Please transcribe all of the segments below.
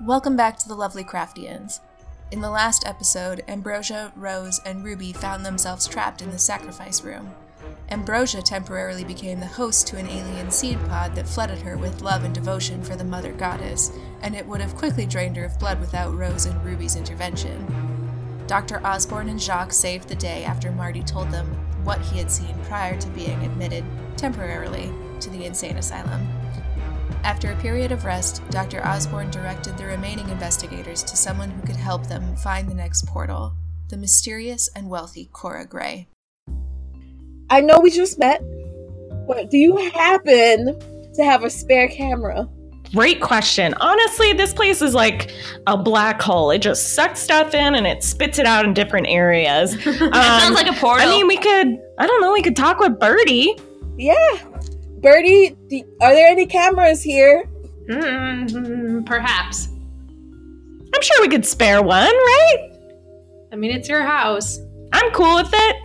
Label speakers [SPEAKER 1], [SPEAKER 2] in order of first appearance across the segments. [SPEAKER 1] Welcome back to the Lovely Craftians. In the last episode, Ambrosia, Rose, and Ruby found themselves trapped in the sacrifice room. Ambrosia temporarily became the host to an alien seed pod that flooded her with love and devotion for the Mother Goddess, and it would have quickly drained her of blood without Rose and Ruby's intervention. Dr. Osborne and Jacques saved the day after Marty told them what he had seen prior to being admitted, temporarily, to the insane asylum. After a period of rest, Dr. Osborne directed the remaining investigators to someone who could help them find the next portal the mysterious and wealthy Cora Gray.
[SPEAKER 2] I know we just met, but do you happen to have a spare camera?
[SPEAKER 3] Great question. Honestly, this place is like a black hole. It just sucks stuff in and it spits it out in different areas. Um,
[SPEAKER 4] That sounds like a portal.
[SPEAKER 3] I mean, we could, I don't know, we could talk with Birdie.
[SPEAKER 2] Yeah. Birdie, do, are there any cameras here?
[SPEAKER 5] Mm, perhaps.
[SPEAKER 3] I'm sure we could spare one, right?
[SPEAKER 5] I mean, it's your house.
[SPEAKER 3] I'm cool with it.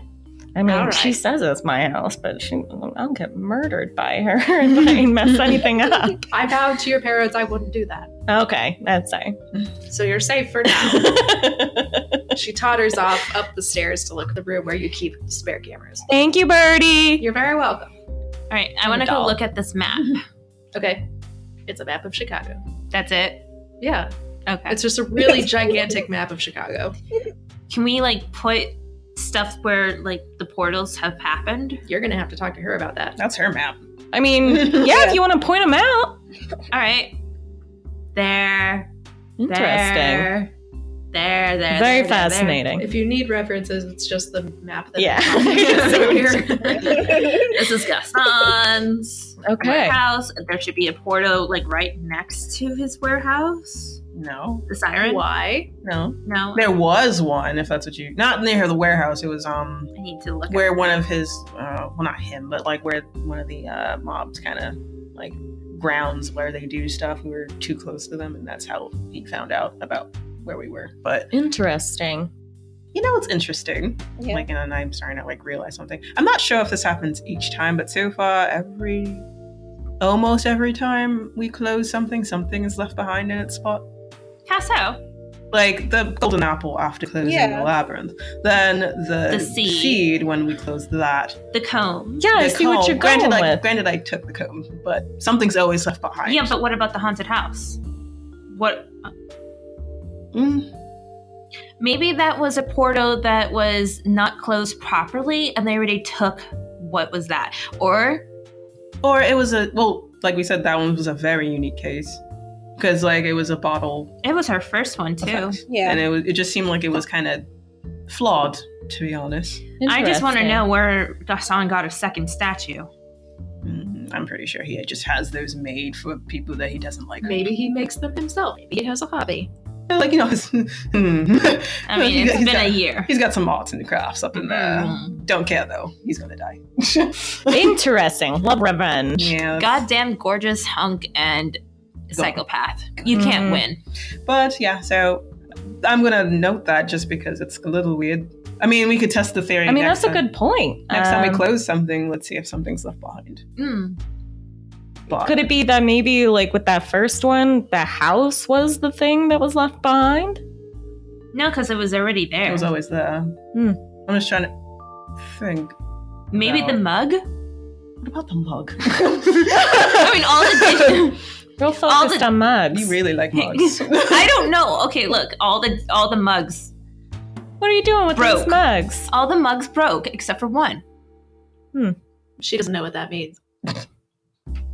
[SPEAKER 3] I mean,
[SPEAKER 5] All right.
[SPEAKER 3] she says it's my house, but she, I'll get murdered by her if I mess anything up.
[SPEAKER 5] I vow to your parents I wouldn't do that.
[SPEAKER 3] Okay, that's fine.
[SPEAKER 5] So you're safe for now. she totters off up the stairs to look at the room where you keep spare cameras.
[SPEAKER 3] Thank you, Birdie.
[SPEAKER 5] You're very welcome.
[SPEAKER 4] All right, I want to go
[SPEAKER 3] Doll.
[SPEAKER 4] look at this map.
[SPEAKER 5] Okay. It's a map of Chicago.
[SPEAKER 4] That's it.
[SPEAKER 5] Yeah.
[SPEAKER 4] Okay.
[SPEAKER 5] It's just a really gigantic map of Chicago.
[SPEAKER 4] Can we like put stuff where like the portals have happened?
[SPEAKER 5] You're going to have to talk to her about that.
[SPEAKER 3] That's her map. I mean, yeah, if you want to point them out.
[SPEAKER 4] All right. There.
[SPEAKER 3] Interesting.
[SPEAKER 4] There. There. There. there,
[SPEAKER 3] Very
[SPEAKER 4] there,
[SPEAKER 3] fascinating.
[SPEAKER 5] If you need references, it's just the map that
[SPEAKER 3] Yeah.
[SPEAKER 4] there. This is Gaston's
[SPEAKER 3] Okay.
[SPEAKER 4] warehouse. There should be a portal like right next to his warehouse.
[SPEAKER 6] No,
[SPEAKER 4] The siren.
[SPEAKER 5] Why?
[SPEAKER 6] no.
[SPEAKER 4] No.
[SPEAKER 6] There was one, if that's what you. Not near the warehouse. It was um
[SPEAKER 4] I need to look.
[SPEAKER 6] where one of his, uh, well, not him, but like where one of the uh, mobs kind of like grounds where they do stuff. We were too close to them, and that's how he found out about where we were. But
[SPEAKER 3] Interesting.
[SPEAKER 6] you know, it's interesting.
[SPEAKER 2] Yeah.
[SPEAKER 6] Like, and I'm starting to like realize something. I'm not sure if this happens each time, but so far, every, almost every time we close something, something is left behind in its spot.
[SPEAKER 4] How so?
[SPEAKER 6] like the golden apple after closing
[SPEAKER 2] Yeah.
[SPEAKER 6] the labyrinth, then the,
[SPEAKER 4] The seed.
[SPEAKER 6] when we closed that.
[SPEAKER 4] The comb.
[SPEAKER 3] Yeah, I
[SPEAKER 6] the
[SPEAKER 3] see what
[SPEAKER 6] comb-
[SPEAKER 3] you're
[SPEAKER 6] granted,
[SPEAKER 3] going
[SPEAKER 6] I,
[SPEAKER 3] with.
[SPEAKER 6] Granted, I took the comb, but something's always left behind.
[SPEAKER 4] Yeah, but what about the haunted house? What
[SPEAKER 6] Mm,
[SPEAKER 4] Maybe that was a portal that was not closed properly and they already took what was that? Or
[SPEAKER 6] or it was a well, like we said, that one was a very unique case because like it was a bottle,
[SPEAKER 4] it was her first one too.
[SPEAKER 6] effect,
[SPEAKER 2] Yeah.
[SPEAKER 6] and it was it just seemed like it was kind of flawed, to be honest.
[SPEAKER 4] I just want to
[SPEAKER 3] Interesting.
[SPEAKER 4] know where Gaston got a second statue.
[SPEAKER 6] Mm, I'm pretty sure he just has those made for people that he doesn't like.
[SPEAKER 5] Maybe he makes them himself. Maybe he has a hobby.
[SPEAKER 6] Like you know, his, mm.
[SPEAKER 4] I mean,
[SPEAKER 6] He's
[SPEAKER 4] it's been
[SPEAKER 6] got-
[SPEAKER 4] a year.
[SPEAKER 6] he's got some arts and crafts up in there.
[SPEAKER 3] Mm-hmm.
[SPEAKER 4] Mm.
[SPEAKER 6] Don't care though. He's gonna die.
[SPEAKER 3] Interesting. Love revenge.
[SPEAKER 6] Yeah.
[SPEAKER 4] Goddamn gorgeous hunk and psychopath. You
[SPEAKER 3] Mhm.
[SPEAKER 6] Mm-hmm.
[SPEAKER 4] can't win.
[SPEAKER 6] But yeah, so I'm gonna note that just because it's a little weird. I mean, we could test the theory.
[SPEAKER 3] I mean,
[SPEAKER 6] next
[SPEAKER 3] that's a
[SPEAKER 6] time.
[SPEAKER 3] good point.
[SPEAKER 6] Next time we
[SPEAKER 3] Um,
[SPEAKER 6] close something, let's see if something's left behind.
[SPEAKER 4] Mm.
[SPEAKER 6] But
[SPEAKER 3] Could it be that maybe, like with that first one, the house was the thing that was left behind?
[SPEAKER 4] No, because it was already there.
[SPEAKER 6] it was always there.
[SPEAKER 3] Hmm.
[SPEAKER 6] I'm just trying to think.
[SPEAKER 4] Maybe
[SPEAKER 6] no.
[SPEAKER 4] the mug?
[SPEAKER 6] What about the mug?
[SPEAKER 4] I mean, all the dish-
[SPEAKER 3] Real focused on mugs.
[SPEAKER 6] you really like mugs.
[SPEAKER 4] I don't know. Okay, look, all the all the mugs,
[SPEAKER 3] what are you doing with
[SPEAKER 4] Broke.
[SPEAKER 3] these mugs?
[SPEAKER 4] all the mugs broke except for one.
[SPEAKER 5] She doesn't know what that means.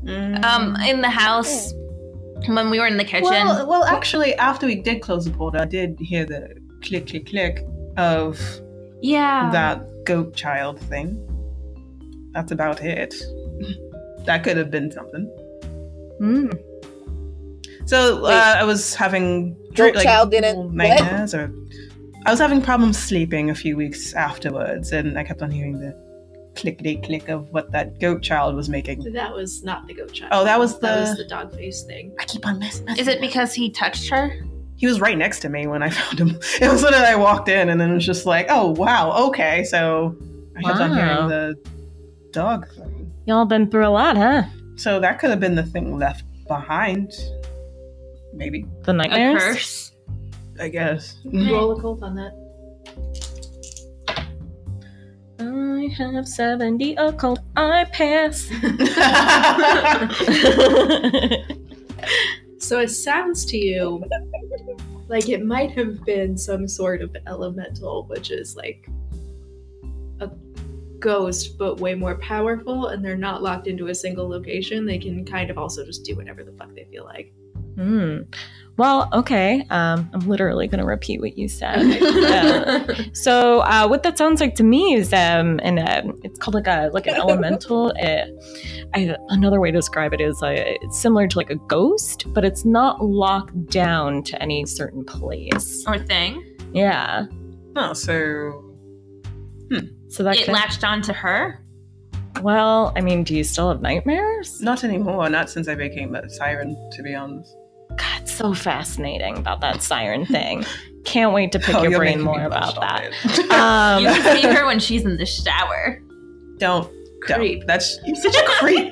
[SPEAKER 6] Mm.
[SPEAKER 4] Um, in the house when we were in the kitchen.
[SPEAKER 6] Well, Mm-hmm. well, actually, after we did close the portal, I did hear the click, click, click of
[SPEAKER 4] yeah.
[SPEAKER 2] Um,
[SPEAKER 6] that goat child thing. That's about it. That could have been something.
[SPEAKER 3] Mm.
[SPEAKER 6] So uh,
[SPEAKER 2] Wait.
[SPEAKER 6] I was having
[SPEAKER 2] Goat child didn't-
[SPEAKER 6] little
[SPEAKER 2] what?
[SPEAKER 6] nightmares, or I was having problems sleeping a few weeks afterwards, and I kept on hearing the clickety click of what that goat child was making.
[SPEAKER 5] That was not the goat child.
[SPEAKER 6] Oh, that was the.
[SPEAKER 5] That was the dog face thing.
[SPEAKER 6] I keep on messing.
[SPEAKER 4] Is it because he touched her?
[SPEAKER 6] he was right next to me when I found him? It was literally I walked in, and then it was just like, oh wow, okay. So I kept on
[SPEAKER 3] Wow.
[SPEAKER 6] hearing the dog thing.
[SPEAKER 3] Y'all been through a lot, huh?
[SPEAKER 6] So that could have been the thing left behind. Maybe.
[SPEAKER 3] The
[SPEAKER 4] A
[SPEAKER 3] nightmares?
[SPEAKER 4] curse.
[SPEAKER 6] I guess.
[SPEAKER 5] Roll a gold on that.
[SPEAKER 3] I have 70 occult. I pass.
[SPEAKER 5] So it sounds to you like it might have been some sort of elemental, which is like a ghost, but way more powerful, and they're not locked into a single location. They can kind of also just do whatever the fuck they feel like.
[SPEAKER 3] Hmm. Well, okay. Um, I'm literally going to repeat what you said.
[SPEAKER 4] Okay.
[SPEAKER 3] So, uh, what that sounds like to me is, um, and um it's called like a like an elemental. Uh, I, another way to describe it is uh, it's similar to like a ghost, but it's not locked down to any certain place.
[SPEAKER 4] or thing.
[SPEAKER 3] Yeah.
[SPEAKER 6] No, so
[SPEAKER 3] So that
[SPEAKER 4] It
[SPEAKER 3] could-
[SPEAKER 4] latched on to her.
[SPEAKER 3] well, I mean, do you still have nightmares?
[SPEAKER 6] not anymore. Not since I became a siren, to be honest.
[SPEAKER 3] God, so fascinating about that siren thing. Can't wait to pick your
[SPEAKER 6] you're
[SPEAKER 3] brain
[SPEAKER 6] making Oh, me Uh,
[SPEAKER 3] more about that.
[SPEAKER 6] blush
[SPEAKER 4] You
[SPEAKER 3] Um,
[SPEAKER 4] can see her when she's in the shower.
[SPEAKER 6] already. don't don't.
[SPEAKER 5] Creep.
[SPEAKER 6] That's you're such a creep.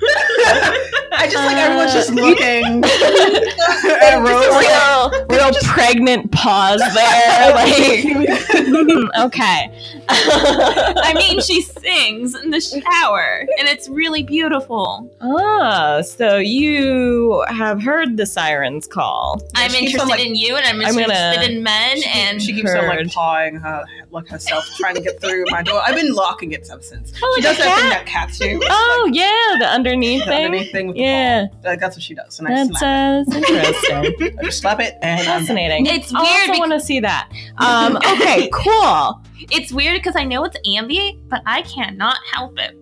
[SPEAKER 6] I just like everyone's
[SPEAKER 3] Uh,
[SPEAKER 6] just looking at Rose.
[SPEAKER 3] real, real pregnant pause there. Like, hmm, okay.
[SPEAKER 4] I mean, she sings in the shower, and it's really beautiful.
[SPEAKER 3] Ah, so you have heard the siren's call.
[SPEAKER 4] I'm
[SPEAKER 6] she keeps
[SPEAKER 4] interested
[SPEAKER 6] on, like-
[SPEAKER 4] in you, and I'm
[SPEAKER 3] I'm
[SPEAKER 4] interested
[SPEAKER 3] gonna-
[SPEAKER 4] in men, and
[SPEAKER 6] she keeps on
[SPEAKER 3] heard.
[SPEAKER 6] like pawing her like herself, trying to get through my door. I've been locking it ever since.
[SPEAKER 3] Oh,
[SPEAKER 6] She
[SPEAKER 3] the
[SPEAKER 6] does that thing
[SPEAKER 3] cat.
[SPEAKER 6] that cats do.
[SPEAKER 3] Oh yeah, the underneath
[SPEAKER 6] The
[SPEAKER 3] thing.
[SPEAKER 6] underneath thing with the
[SPEAKER 3] yeah,
[SPEAKER 6] paw. Like that's what she does. And I
[SPEAKER 3] that's,
[SPEAKER 6] slap.
[SPEAKER 3] uh, that's interesting.
[SPEAKER 6] it. I just slap it and um, I'm done.
[SPEAKER 3] Fascinating.
[SPEAKER 4] It's
[SPEAKER 3] I
[SPEAKER 4] weird
[SPEAKER 3] also
[SPEAKER 4] bec-
[SPEAKER 3] want to see that. Um, okay, cool.
[SPEAKER 4] it's weird because I know it's ambient, but I cannot help it.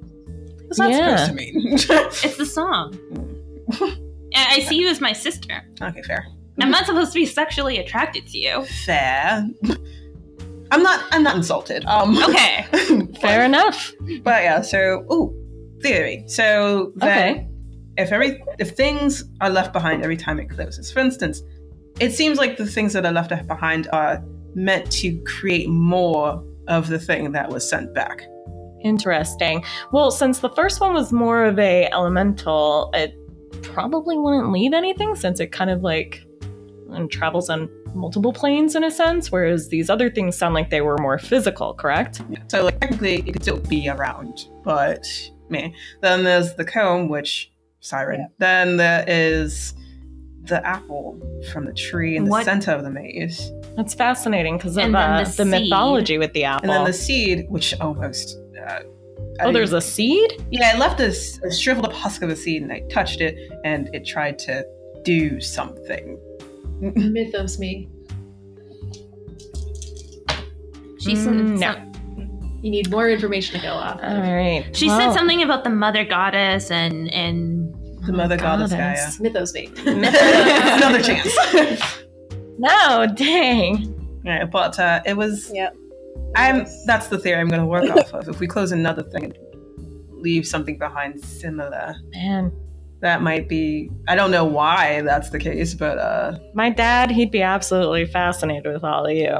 [SPEAKER 6] That's not
[SPEAKER 3] Yeah.
[SPEAKER 6] supposed to mean.
[SPEAKER 4] It's the song. And I see you as my sister.
[SPEAKER 6] okay, fair.
[SPEAKER 4] I'm not supposed to be sexually attracted to you.
[SPEAKER 6] Fair. I'm not I'm not insulted. Um
[SPEAKER 4] Okay.
[SPEAKER 3] Fair enough.
[SPEAKER 6] But yeah, so ooh, theory. So then
[SPEAKER 3] Okay.
[SPEAKER 6] if every if things are left behind every time it closes, for instance, it seems like the things that are left behind are meant to create more of the thing that was sent back.
[SPEAKER 3] Interesting. Well, since the first one was more of a elemental, it probably wouldn't leave anything since it kind of like and travels on multiple planes in a sense, whereas these other things sound like they were more physical, correct?
[SPEAKER 6] So like technically it could still be around, but meh. Then there's the comb, which siren. Then there is the apple from the tree in the
[SPEAKER 4] What-
[SPEAKER 6] center of the maze.
[SPEAKER 3] That's fascinating because of
[SPEAKER 4] And then
[SPEAKER 3] uh,
[SPEAKER 4] the
[SPEAKER 3] the,
[SPEAKER 4] seed.
[SPEAKER 3] mythology with the apple.
[SPEAKER 6] And then the seed, which almost uh, I
[SPEAKER 3] oh,
[SPEAKER 6] didn't-
[SPEAKER 3] there's a seed?
[SPEAKER 6] Yeah, I left a, s- a shriveled up husk of a seed and I touched it and it tried to do something.
[SPEAKER 5] Mythos me.
[SPEAKER 4] She said
[SPEAKER 3] Mm,
[SPEAKER 4] some-
[SPEAKER 5] You need more information to go off.
[SPEAKER 3] All right.
[SPEAKER 4] She
[SPEAKER 3] Well,
[SPEAKER 4] said something about the mother goddess and and
[SPEAKER 6] The mother goddess,
[SPEAKER 3] Oh Goddess.
[SPEAKER 5] Mythos me.
[SPEAKER 6] Gaia. Another chance.
[SPEAKER 3] No, dang.
[SPEAKER 6] yeah, but uh, it was.
[SPEAKER 2] Yep.
[SPEAKER 6] I'm. That's the theory I'm going to work off of. If we close another thing and leave something behind similar,
[SPEAKER 3] Man.
[SPEAKER 6] that might be. I don't know why that's the case, but uh,
[SPEAKER 3] My dad, he'd be absolutely fascinated with all of you.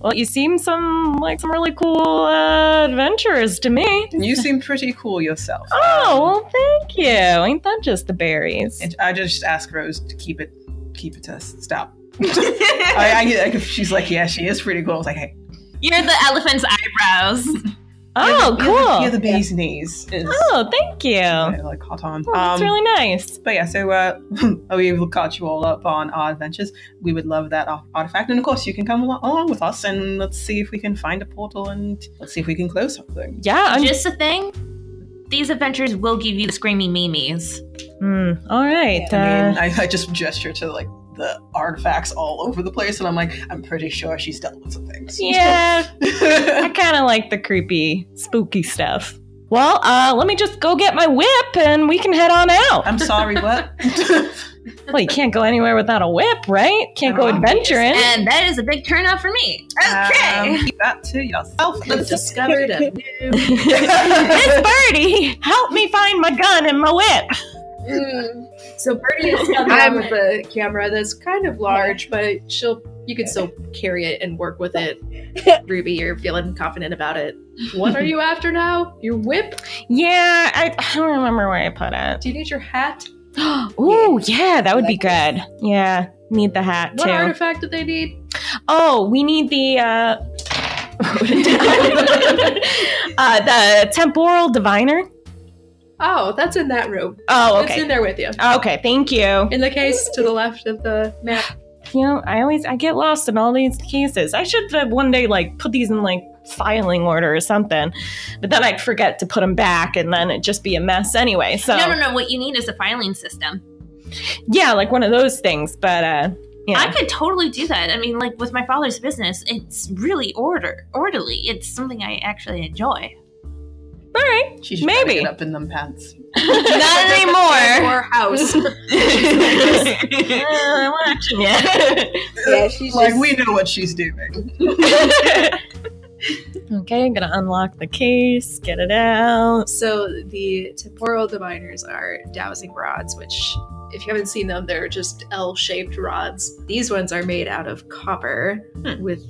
[SPEAKER 3] Well, you seem some like some really cool uh, adventurers to me.
[SPEAKER 6] you seem pretty cool yourself.
[SPEAKER 3] Oh, well, thank you. Ain't that just the berries?
[SPEAKER 6] And I just asked Rose to keep it, keep it to s- stop. I, I, like, she's like, yeah, she is pretty cool. I was like, hey,
[SPEAKER 4] You're the elephant's eyebrows.
[SPEAKER 3] Oh,
[SPEAKER 6] You're the- You're
[SPEAKER 3] cool.
[SPEAKER 6] the bee's knees. Is,
[SPEAKER 3] Oh, thank you. Oh,
[SPEAKER 6] I, like hot on.
[SPEAKER 3] that's
[SPEAKER 6] Um,
[SPEAKER 3] really nice.
[SPEAKER 6] but yeah, so uh, we will catch you all up on our adventures. We would love that ar- artifact, and of course, you can come al- along with us, and let's see if we can find a portal, and let's see if we can close something.
[SPEAKER 3] Yeah, I'm.
[SPEAKER 4] Just a thing. These adventures will give you the screaming memes.
[SPEAKER 3] Hmm, all right.
[SPEAKER 6] I mean,
[SPEAKER 3] uh,
[SPEAKER 6] I, I just gesture to like the artifacts all over the place, and I'm like, I'm pretty sure she's dealt with some things.
[SPEAKER 3] yeah, I kind of like the creepy, spooky stuff. Well, uh, let me just go get my whip, and we can head on out.
[SPEAKER 6] I'm sorry, what?
[SPEAKER 3] Well, you can't go anywhere without a whip, right? Can't go adventuring.
[SPEAKER 4] And that is a big turnoff for me.
[SPEAKER 3] Um,
[SPEAKER 6] Okay. Um, keep that to yourself.
[SPEAKER 5] I've discovered a new.
[SPEAKER 3] Miss Birdie, help me find my gun and my whip.
[SPEAKER 2] mm,
[SPEAKER 5] So Birdie is coming out with a camera that's kind of large, but she'll you can still carry it and work with it. Ruby, you're feeling confident about it. What are you after now? Your whip?
[SPEAKER 3] Yeah, I, I don't remember where I put it.
[SPEAKER 5] Do you need your hat?
[SPEAKER 3] Ooh, yeah, that would be good. Yeah, need the hat
[SPEAKER 5] What
[SPEAKER 3] too.
[SPEAKER 5] artifact did they need?
[SPEAKER 3] Oh, we need the uh, uh the temporal diviner.
[SPEAKER 5] Oh, that's in that room.
[SPEAKER 3] Oh,
[SPEAKER 5] It's
[SPEAKER 3] okay.
[SPEAKER 5] in there with you.
[SPEAKER 3] Okay, thank you.
[SPEAKER 5] In the case to the left of the map.
[SPEAKER 3] You know, I always I get lost in all these cases. I should uh, one day like put these in like filing order or something, but then I'd forget to put them back, and then it'd just be a mess anyway. So
[SPEAKER 4] No, no, no. What you need is a filing system.
[SPEAKER 3] yeah, like one of those things. But uh, yeah,
[SPEAKER 4] I could totally do that. I mean, like with my father's business, it's really order orderly. It's something I actually enjoy.
[SPEAKER 3] all right,
[SPEAKER 6] She should probably
[SPEAKER 3] Maybe.
[SPEAKER 6] get up in them pants.
[SPEAKER 3] not anymore.
[SPEAKER 5] Or house.
[SPEAKER 3] Uh, what action yet?
[SPEAKER 2] Yeah, she's
[SPEAKER 6] Like
[SPEAKER 2] just-
[SPEAKER 6] we know what she's doing.
[SPEAKER 3] okay, I'm gonna unlock the case, get it out.
[SPEAKER 5] So the temporal diviners are dowsing rods, which, if you haven't seen them, they're just L-shaped rods. These ones are made out of copper
[SPEAKER 6] Hmm.
[SPEAKER 5] with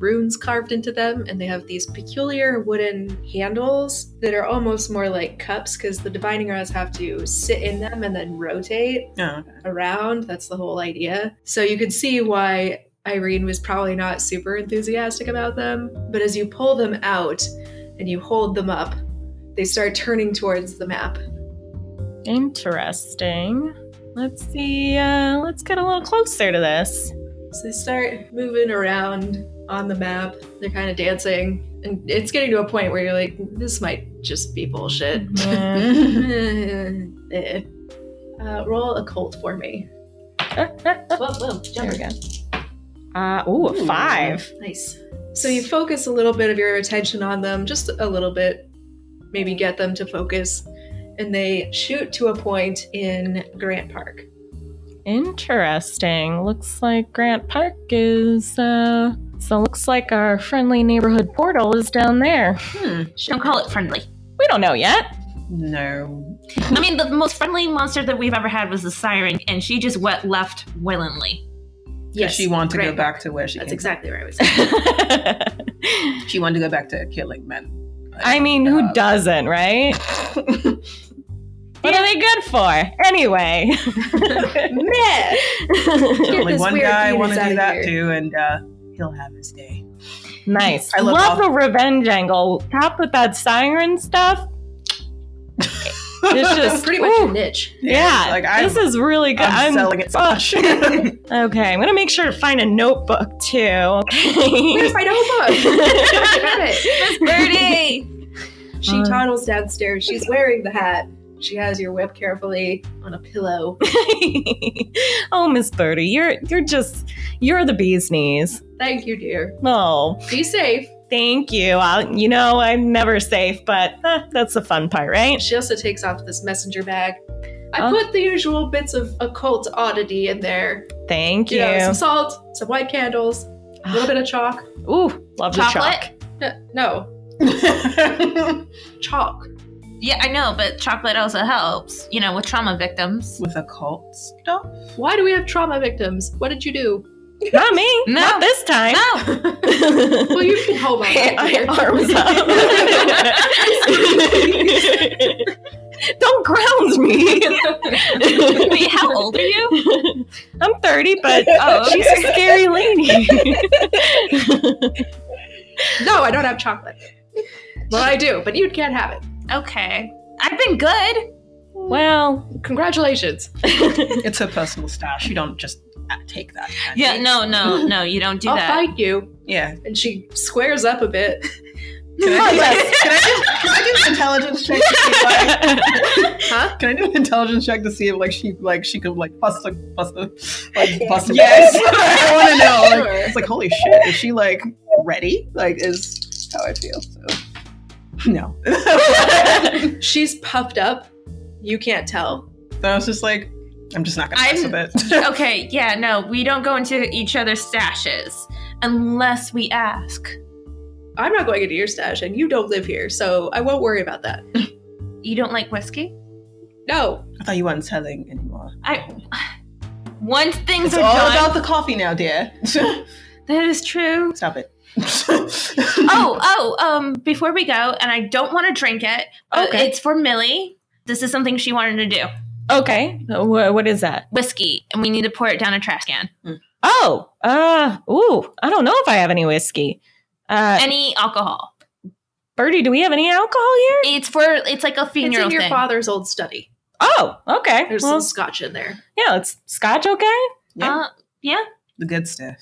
[SPEAKER 5] runes carved into them, and they have these peculiar wooden handles that are almost more like cups because the divining rods have to sit in them and then rotate
[SPEAKER 6] Yeah.
[SPEAKER 5] around. That's the whole idea. So you can see why Irene was probably not super enthusiastic about them. But as you pull them out and you hold them up, they start turning towards the map.
[SPEAKER 3] Interesting. Let's see. Uh, let's get a little closer to this.
[SPEAKER 5] So they start moving around on the map. They're kind of dancing. And it's getting to a point where you're like, this might just be bullshit.
[SPEAKER 3] Yeah.
[SPEAKER 5] Mm-hmm. Eh. uh, roll a cult for me. Whoa, whoa,
[SPEAKER 3] there
[SPEAKER 5] jump.
[SPEAKER 3] we go. Uh, ooh, a five.
[SPEAKER 5] Nice. So you focus a little bit of your attention on them, just a little bit, maybe get them to focus, and they shoot to a point in Grant Park.
[SPEAKER 3] Interesting. Looks like Grant Park is. Uh, so looks like our friendly neighborhood portal is down there.
[SPEAKER 6] Hmm.
[SPEAKER 4] Don't call it friendly.
[SPEAKER 3] We don't know yet.
[SPEAKER 6] No.
[SPEAKER 4] I mean, the most friendly monster that we've ever had was the siren, and she just went left willingly.
[SPEAKER 6] Yes, she wanted to
[SPEAKER 5] Grant
[SPEAKER 6] go back to where she
[SPEAKER 5] That's
[SPEAKER 6] came
[SPEAKER 5] exactly where I was. at.
[SPEAKER 6] from. She wanted to go back to killing men.
[SPEAKER 3] I mean, who doesn't, right? What are they good for? Anyway.
[SPEAKER 5] Meh. Get
[SPEAKER 6] Only
[SPEAKER 5] this
[SPEAKER 6] one
[SPEAKER 5] weird
[SPEAKER 6] guy
[SPEAKER 5] penis
[SPEAKER 6] want to
[SPEAKER 5] outta
[SPEAKER 6] do that
[SPEAKER 5] here.
[SPEAKER 6] too, and uh, he'll have his day.
[SPEAKER 3] Nice.
[SPEAKER 6] I
[SPEAKER 3] I love,
[SPEAKER 6] love
[SPEAKER 3] the revenge angle. Top with that siren stuff. It's just
[SPEAKER 5] Pretty much
[SPEAKER 3] ooh,
[SPEAKER 5] a niche.
[SPEAKER 3] yeah.
[SPEAKER 6] like, I'm-
[SPEAKER 3] this is really good.
[SPEAKER 6] I'm selling it so much.
[SPEAKER 3] Okay, I'm gonna make sure to find a notebook too.
[SPEAKER 5] Where's
[SPEAKER 3] Okay.
[SPEAKER 5] my notebook? I got it.
[SPEAKER 4] Birdie!
[SPEAKER 3] Uh,
[SPEAKER 5] She toddles downstairs. She's wearing the hat. She has your whip carefully on a pillow.
[SPEAKER 3] oh, Miss Birdie, you're you're just you're the bee's knees.
[SPEAKER 5] Thank you, dear.
[SPEAKER 3] Oh,
[SPEAKER 5] Be safe.
[SPEAKER 3] thank you. I, you know I'm never safe, but eh, that's the fun part, right?
[SPEAKER 5] She also takes off this messenger bag. I
[SPEAKER 3] Oh.
[SPEAKER 5] put the usual bits of occult oddity in there.
[SPEAKER 3] Thank you.
[SPEAKER 5] You know, some salt, some white candles, a little bit of chalk.
[SPEAKER 3] Ooh, love the
[SPEAKER 4] Chocolate?
[SPEAKER 3] chalk.
[SPEAKER 5] N- No, chalk.
[SPEAKER 4] Yeah, I know, but chocolate also helps, you know, with trauma victims.
[SPEAKER 6] With occult stuff?
[SPEAKER 5] Why do we have trauma victims? What did you do?
[SPEAKER 3] Not me.
[SPEAKER 4] No.
[SPEAKER 3] Not this time.
[SPEAKER 4] No!
[SPEAKER 5] Well, you've been home all night.
[SPEAKER 3] I
[SPEAKER 5] dear.
[SPEAKER 3] arms up. Don't ground me.
[SPEAKER 4] Wait, how old are you?
[SPEAKER 3] I'm 30, but
[SPEAKER 4] Oh,
[SPEAKER 3] she's a scary lady.
[SPEAKER 5] No, I don't have chocolate. Well, I do, but you can't have it.
[SPEAKER 4] Okay. I've been good.
[SPEAKER 3] well,
[SPEAKER 5] Congratulations.
[SPEAKER 6] It's a personal stash. You don't just uh, take that.
[SPEAKER 4] Yeah, no, no, no, you don't do
[SPEAKER 5] I'll
[SPEAKER 4] that.
[SPEAKER 5] find you.
[SPEAKER 6] Yeah.
[SPEAKER 5] And she squares up a bit.
[SPEAKER 6] Can I,
[SPEAKER 3] Oh, yes.
[SPEAKER 6] can I just, can I do an intelligence check? To see, like,
[SPEAKER 5] Huh?
[SPEAKER 6] can I do an intelligence check to see if like she like she could like bust a bust a like
[SPEAKER 2] Okay.
[SPEAKER 6] bust a
[SPEAKER 3] Yes.
[SPEAKER 6] I want to know. Like,
[SPEAKER 5] Sure.
[SPEAKER 6] it's like holy shit. Is she like ready? Like is how I feel. So no.
[SPEAKER 5] She's puffed up. You can't tell.
[SPEAKER 6] So I was just like, I'm just not gonna mess
[SPEAKER 4] I'm-
[SPEAKER 6] with it.
[SPEAKER 4] okay, yeah, no, we don't go into each other's stashes unless we ask.
[SPEAKER 5] I'm not going into your stash, and you don't live here, so I won't worry about that.
[SPEAKER 4] You don't like whiskey?
[SPEAKER 5] No.
[SPEAKER 6] I thought you weren't selling anymore.
[SPEAKER 4] I. Once things
[SPEAKER 6] It's
[SPEAKER 4] are
[SPEAKER 6] all
[SPEAKER 4] done,
[SPEAKER 6] about the coffee now, dear.
[SPEAKER 4] that is true.
[SPEAKER 6] Stop it.
[SPEAKER 4] oh, oh, um, before we go, and I don't want to drink it, but
[SPEAKER 3] Okay.
[SPEAKER 4] it's for Millie. This is something she wanted to do.
[SPEAKER 3] Okay. Wha what is that?
[SPEAKER 4] Whiskey, and we need to pour it down a trash can.
[SPEAKER 3] Oh, uh, ooh, I don't know if I have any whiskey. Uh,
[SPEAKER 4] Any alcohol.
[SPEAKER 3] Birdie, do we have any alcohol here?
[SPEAKER 4] It's for it's like a
[SPEAKER 5] It's
[SPEAKER 4] funeral
[SPEAKER 5] in your
[SPEAKER 4] thing.
[SPEAKER 5] father's old study.
[SPEAKER 3] Oh, okay.
[SPEAKER 5] There's
[SPEAKER 3] Well,
[SPEAKER 5] some scotch in there.
[SPEAKER 3] yeah, it's scotch. Okay.
[SPEAKER 6] Yeah.
[SPEAKER 4] Uh, yeah.
[SPEAKER 6] the good stuff.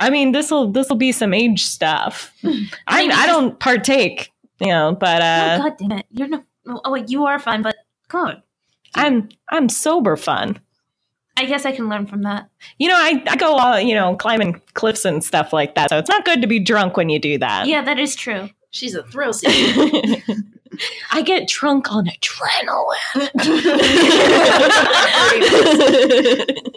[SPEAKER 3] I mean, this will this will be some age stuff. I
[SPEAKER 4] Maybe
[SPEAKER 3] I don't partake, you know, but
[SPEAKER 4] oh
[SPEAKER 3] uh,
[SPEAKER 4] God damn it! You're no. Oh wait, you are fine, but God,
[SPEAKER 3] I'm I'm sober fun.
[SPEAKER 4] I guess I can learn from that.
[SPEAKER 3] You know, I I go uh, you know climbing cliffs and stuff like that. So it's not good to be drunk when you do that.
[SPEAKER 4] yeah, that is true.
[SPEAKER 5] She's a thrill seeker.
[SPEAKER 3] I get drunk on adrenaline.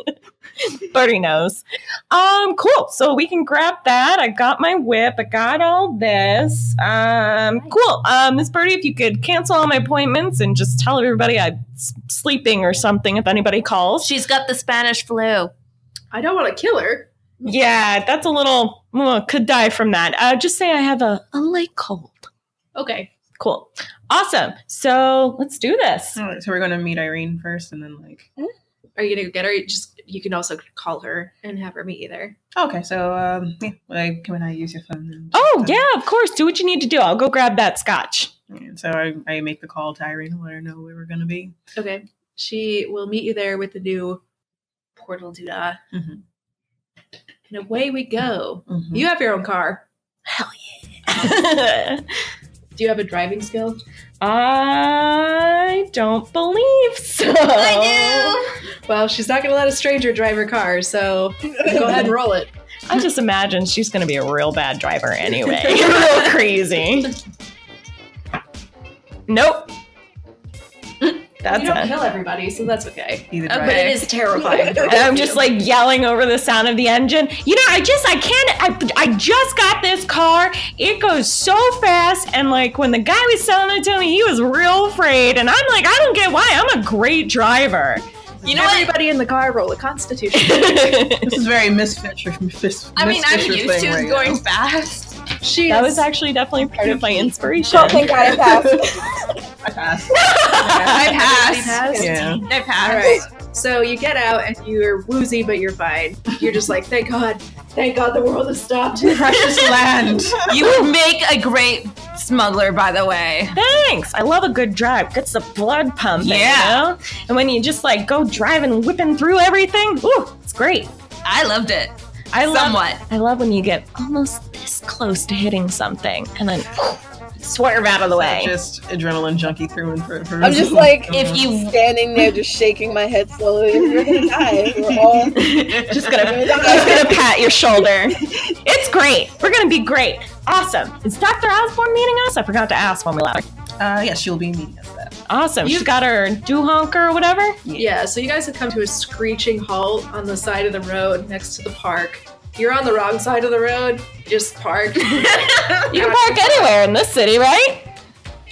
[SPEAKER 3] Birdie knows. Um, cool. So we can grab that. I got my whip. I got all this. Um, cool. Um, Miss Birdie, if you could cancel all my appointments and just tell everybody I'm s- sleeping or something if anybody calls.
[SPEAKER 4] She's got the Spanish flu.
[SPEAKER 5] I don't want to kill her.
[SPEAKER 3] Yeah, that's a little uh, could die from that. Uh, just say I have a, a light cold.
[SPEAKER 5] Okay.
[SPEAKER 3] Cool. Awesome. So let's do this.
[SPEAKER 6] All right, so we're going to meet Irene first, and then like.
[SPEAKER 5] Are you gonna go get her? You just you can also call her and have her meet you there.
[SPEAKER 6] okay, so um, yeah, would I come and I use your phone? And
[SPEAKER 3] Oh yeah, of course. Do what you need to do. I'll go grab that scotch.
[SPEAKER 6] And so I, I make the call to Irene and let her know where we're going to be.
[SPEAKER 5] Okay. She will meet you there with the new portal doodah.
[SPEAKER 6] Mhm.
[SPEAKER 5] And away we go.
[SPEAKER 6] Mhm.
[SPEAKER 5] You have your own car. Do you have a driving skill?
[SPEAKER 3] I don't believe so. I
[SPEAKER 5] Well, she's not going to let a stranger drive her car, so go ahead and roll it.
[SPEAKER 3] I just imagine she's going to be a real bad driver anyway. real crazy. Nope. That's
[SPEAKER 5] you don't
[SPEAKER 3] it.
[SPEAKER 5] kill everybody, so that's okay.
[SPEAKER 6] Be the
[SPEAKER 4] Okay.
[SPEAKER 6] driver.
[SPEAKER 5] But it is terrifying. for all
[SPEAKER 3] I'm
[SPEAKER 5] of
[SPEAKER 3] just
[SPEAKER 5] you.
[SPEAKER 3] like yelling over the sound of the engine. You know, I just, I can't, I, I just got this car. It goes so fast. And like when the guy was selling it to me, he was real afraid. And I'm like, I don't get why. I'm a great driver. You know what?
[SPEAKER 5] everybody in the car roll a constitution.
[SPEAKER 6] This is very misfit. Mis-
[SPEAKER 4] I mean, I'm
[SPEAKER 6] Fisher
[SPEAKER 4] used
[SPEAKER 6] thing
[SPEAKER 4] to
[SPEAKER 6] right
[SPEAKER 4] going
[SPEAKER 6] now.
[SPEAKER 4] fast.
[SPEAKER 5] She
[SPEAKER 3] That
[SPEAKER 5] is-
[SPEAKER 3] was actually definitely part of my inspiration.
[SPEAKER 2] Don't think I passed.
[SPEAKER 6] I pass.
[SPEAKER 4] I
[SPEAKER 5] Everybody
[SPEAKER 4] pass.
[SPEAKER 5] passed?
[SPEAKER 6] yeah.
[SPEAKER 4] I pass.
[SPEAKER 5] All right. So you get out and you're woozy, but you're fine. You're just like, thank God, thank God the world has stopped.
[SPEAKER 6] Precious land.
[SPEAKER 4] You would make a great smuggler, by the way.
[SPEAKER 3] Thanks. I love a good drive. Gets the blood pumping.
[SPEAKER 4] Yeah.
[SPEAKER 3] You know? And when you just like go driving, whipping through everything, ooh, it's great.
[SPEAKER 4] I loved it.
[SPEAKER 3] I love.
[SPEAKER 4] Somewhat.
[SPEAKER 3] I love when you get almost this close to hitting something and then swerve out of the way.
[SPEAKER 6] Just adrenaline junkie through and through.
[SPEAKER 2] I'm just like-
[SPEAKER 4] If you
[SPEAKER 2] Standing there, just shaking my head slowly. We're gonna die. We're all.
[SPEAKER 3] just gonna, just gonna pat your shoulder. It's great. We're gonna be great. Awesome. Is Dr. Osborne meeting us? I forgot to ask when we left.
[SPEAKER 6] Uh, yes, she'll be meeting us then.
[SPEAKER 3] Awesome. She's got her do honker or whatever.
[SPEAKER 5] yeah, so you guys have come to a screeching halt on the side of the road next to the park. You're on the wrong side of the road, just park.
[SPEAKER 3] You can park anywhere in this city, right?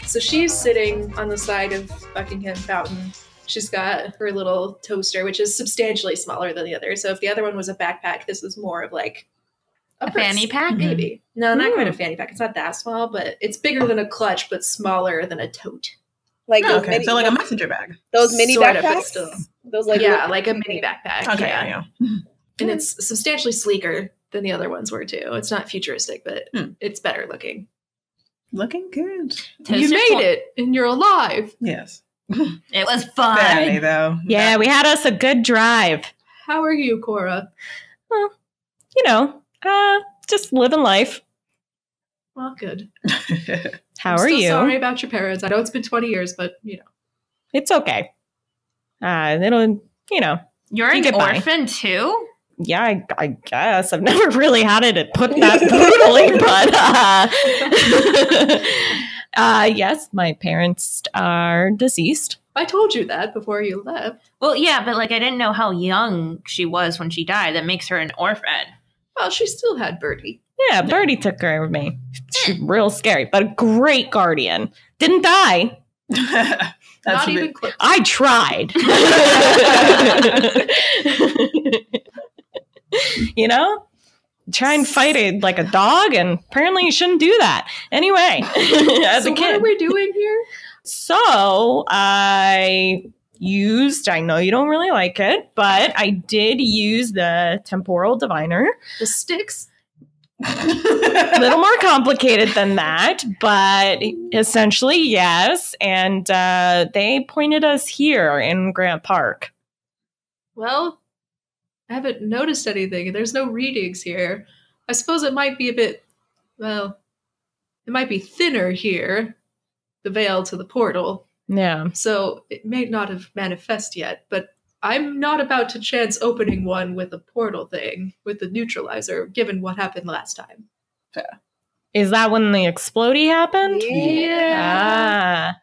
[SPEAKER 5] So she's sitting on the side of Buckingham Fountain. She's got her little toaster, which is substantially smaller than the other. So if the other one was a backpack, this is more of like Mm-hmm.
[SPEAKER 4] A fanny pack?
[SPEAKER 5] maybe. No, not
[SPEAKER 3] Mm.
[SPEAKER 5] quite a fanny pack. It's not that small, but it's bigger than a clutch, but smaller than a tote.
[SPEAKER 2] Like
[SPEAKER 6] Oh,
[SPEAKER 2] those
[SPEAKER 6] okay,
[SPEAKER 2] mini,
[SPEAKER 6] so like a messenger bag.
[SPEAKER 2] those mini
[SPEAKER 5] Sort of, but
[SPEAKER 2] backpacks.
[SPEAKER 5] still.
[SPEAKER 2] Those like
[SPEAKER 5] yeah, like a mini backpack.
[SPEAKER 6] Okay,
[SPEAKER 5] yeah.
[SPEAKER 6] yeah. yeah.
[SPEAKER 3] Hmm.
[SPEAKER 5] and it's substantially sleeker than the other ones were too. It's not futuristic, but
[SPEAKER 6] Hmm.
[SPEAKER 5] it's better looking.
[SPEAKER 6] Looking good.
[SPEAKER 5] you made it, and you're alive.
[SPEAKER 6] Yes.
[SPEAKER 4] It was fun.
[SPEAKER 6] Badly though.
[SPEAKER 3] Yeah, we had us a good drive.
[SPEAKER 5] How are you, Cora?
[SPEAKER 3] You know, uh, just living life.
[SPEAKER 5] Well, good.
[SPEAKER 6] That-
[SPEAKER 3] How
[SPEAKER 5] I'm
[SPEAKER 3] are
[SPEAKER 5] still
[SPEAKER 3] you?
[SPEAKER 5] Sorry about your parents. I know it's been 20 years, but you know.
[SPEAKER 3] It's okay. Uh, it'll, you know,
[SPEAKER 4] You're an
[SPEAKER 3] Goodbye.
[SPEAKER 4] orphan too?
[SPEAKER 3] yeah, I, I guess I've never really had it put that brutally, but uh, uh, yes, my parents are deceased.
[SPEAKER 5] I told you that before you left.
[SPEAKER 4] Well, yeah, but like I didn't know how young she was when she died. That makes her an orphan.
[SPEAKER 5] Well, she still had Birdie.
[SPEAKER 3] Yeah, Birdie took care of me. She's real scary, but a great guardian. Didn't die.
[SPEAKER 6] That's
[SPEAKER 5] Not
[SPEAKER 6] a
[SPEAKER 5] even
[SPEAKER 6] bit-
[SPEAKER 5] close.
[SPEAKER 3] I tried. you know? Try and fight it like a dog, and apparently you shouldn't do that. Anyway, as
[SPEAKER 5] so
[SPEAKER 3] a
[SPEAKER 5] what are
[SPEAKER 3] kid.
[SPEAKER 5] we doing here?
[SPEAKER 3] so I used. I know you don't really like it, but I did use the temporal diviner.
[SPEAKER 5] The sticks.
[SPEAKER 3] A little more complicated than that, but essentially, yes. And uh, they pointed us here in Grant Park.
[SPEAKER 5] Well, I haven't noticed anything. There's no readings here. I suppose it might be a bit, well, it might be thinner here, the veil to the portal.
[SPEAKER 3] Yeah.
[SPEAKER 5] So it may not have manifest yet, but I'm not about to chance opening one with a portal thing, with the neutralizer, given what happened last time.
[SPEAKER 3] Is that when the explodey happened? Ah.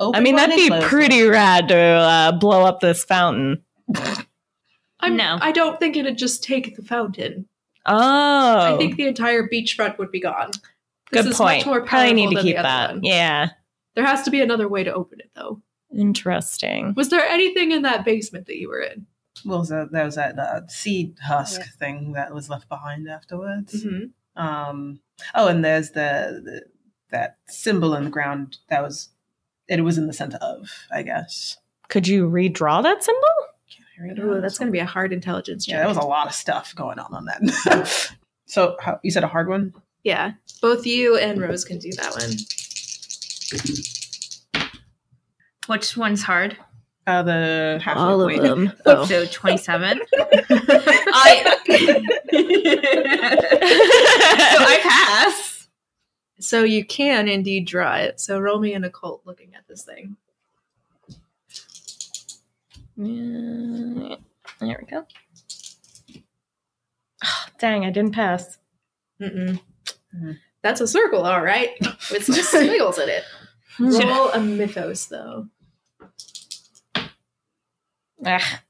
[SPEAKER 3] I mean, that'd be pretty rad to uh, blow up this fountain.
[SPEAKER 5] I'm,
[SPEAKER 4] No.
[SPEAKER 5] I don't think it'd just take the fountain.
[SPEAKER 3] Oh,
[SPEAKER 5] I think the entire beachfront would be gone. This
[SPEAKER 3] good
[SPEAKER 5] is
[SPEAKER 3] point.
[SPEAKER 5] much more
[SPEAKER 3] Probably need
[SPEAKER 5] powerful
[SPEAKER 3] to
[SPEAKER 5] than the
[SPEAKER 3] keep
[SPEAKER 5] other
[SPEAKER 3] that.
[SPEAKER 5] one.
[SPEAKER 3] Yeah,
[SPEAKER 5] There has to be another way to open it, though.
[SPEAKER 3] interesting.
[SPEAKER 5] Was there anything in that basement that you were in?
[SPEAKER 6] Well, so there was that uh, seed husk thing that was left behind afterwards.
[SPEAKER 5] Mhm.
[SPEAKER 6] Um, oh, and there's the, the that symbol in the ground that was it was in the center of, I guess.
[SPEAKER 3] Could you redraw that symbol?
[SPEAKER 5] Ooh, Oh, that's going to be a hard intelligence check.
[SPEAKER 6] yeah. That was a lot of stuff going on on that. so how, you said a hard one.
[SPEAKER 5] Yeah. Both you and Rose can do that one.
[SPEAKER 4] Which one's hard?
[SPEAKER 6] Uh, the halfway point.
[SPEAKER 4] them.
[SPEAKER 2] Oh.
[SPEAKER 4] So 27. I So I pass.
[SPEAKER 5] So you can indeed draw it. So roll me an occult looking at this thing.
[SPEAKER 3] Yeah, There we go. Ah, dang, I didn't pass.
[SPEAKER 5] Mm-mm.
[SPEAKER 6] Mhm.
[SPEAKER 5] That's a circle, all right, with some squiggles in it. Roll a mythos, though.
[SPEAKER 3] Ah,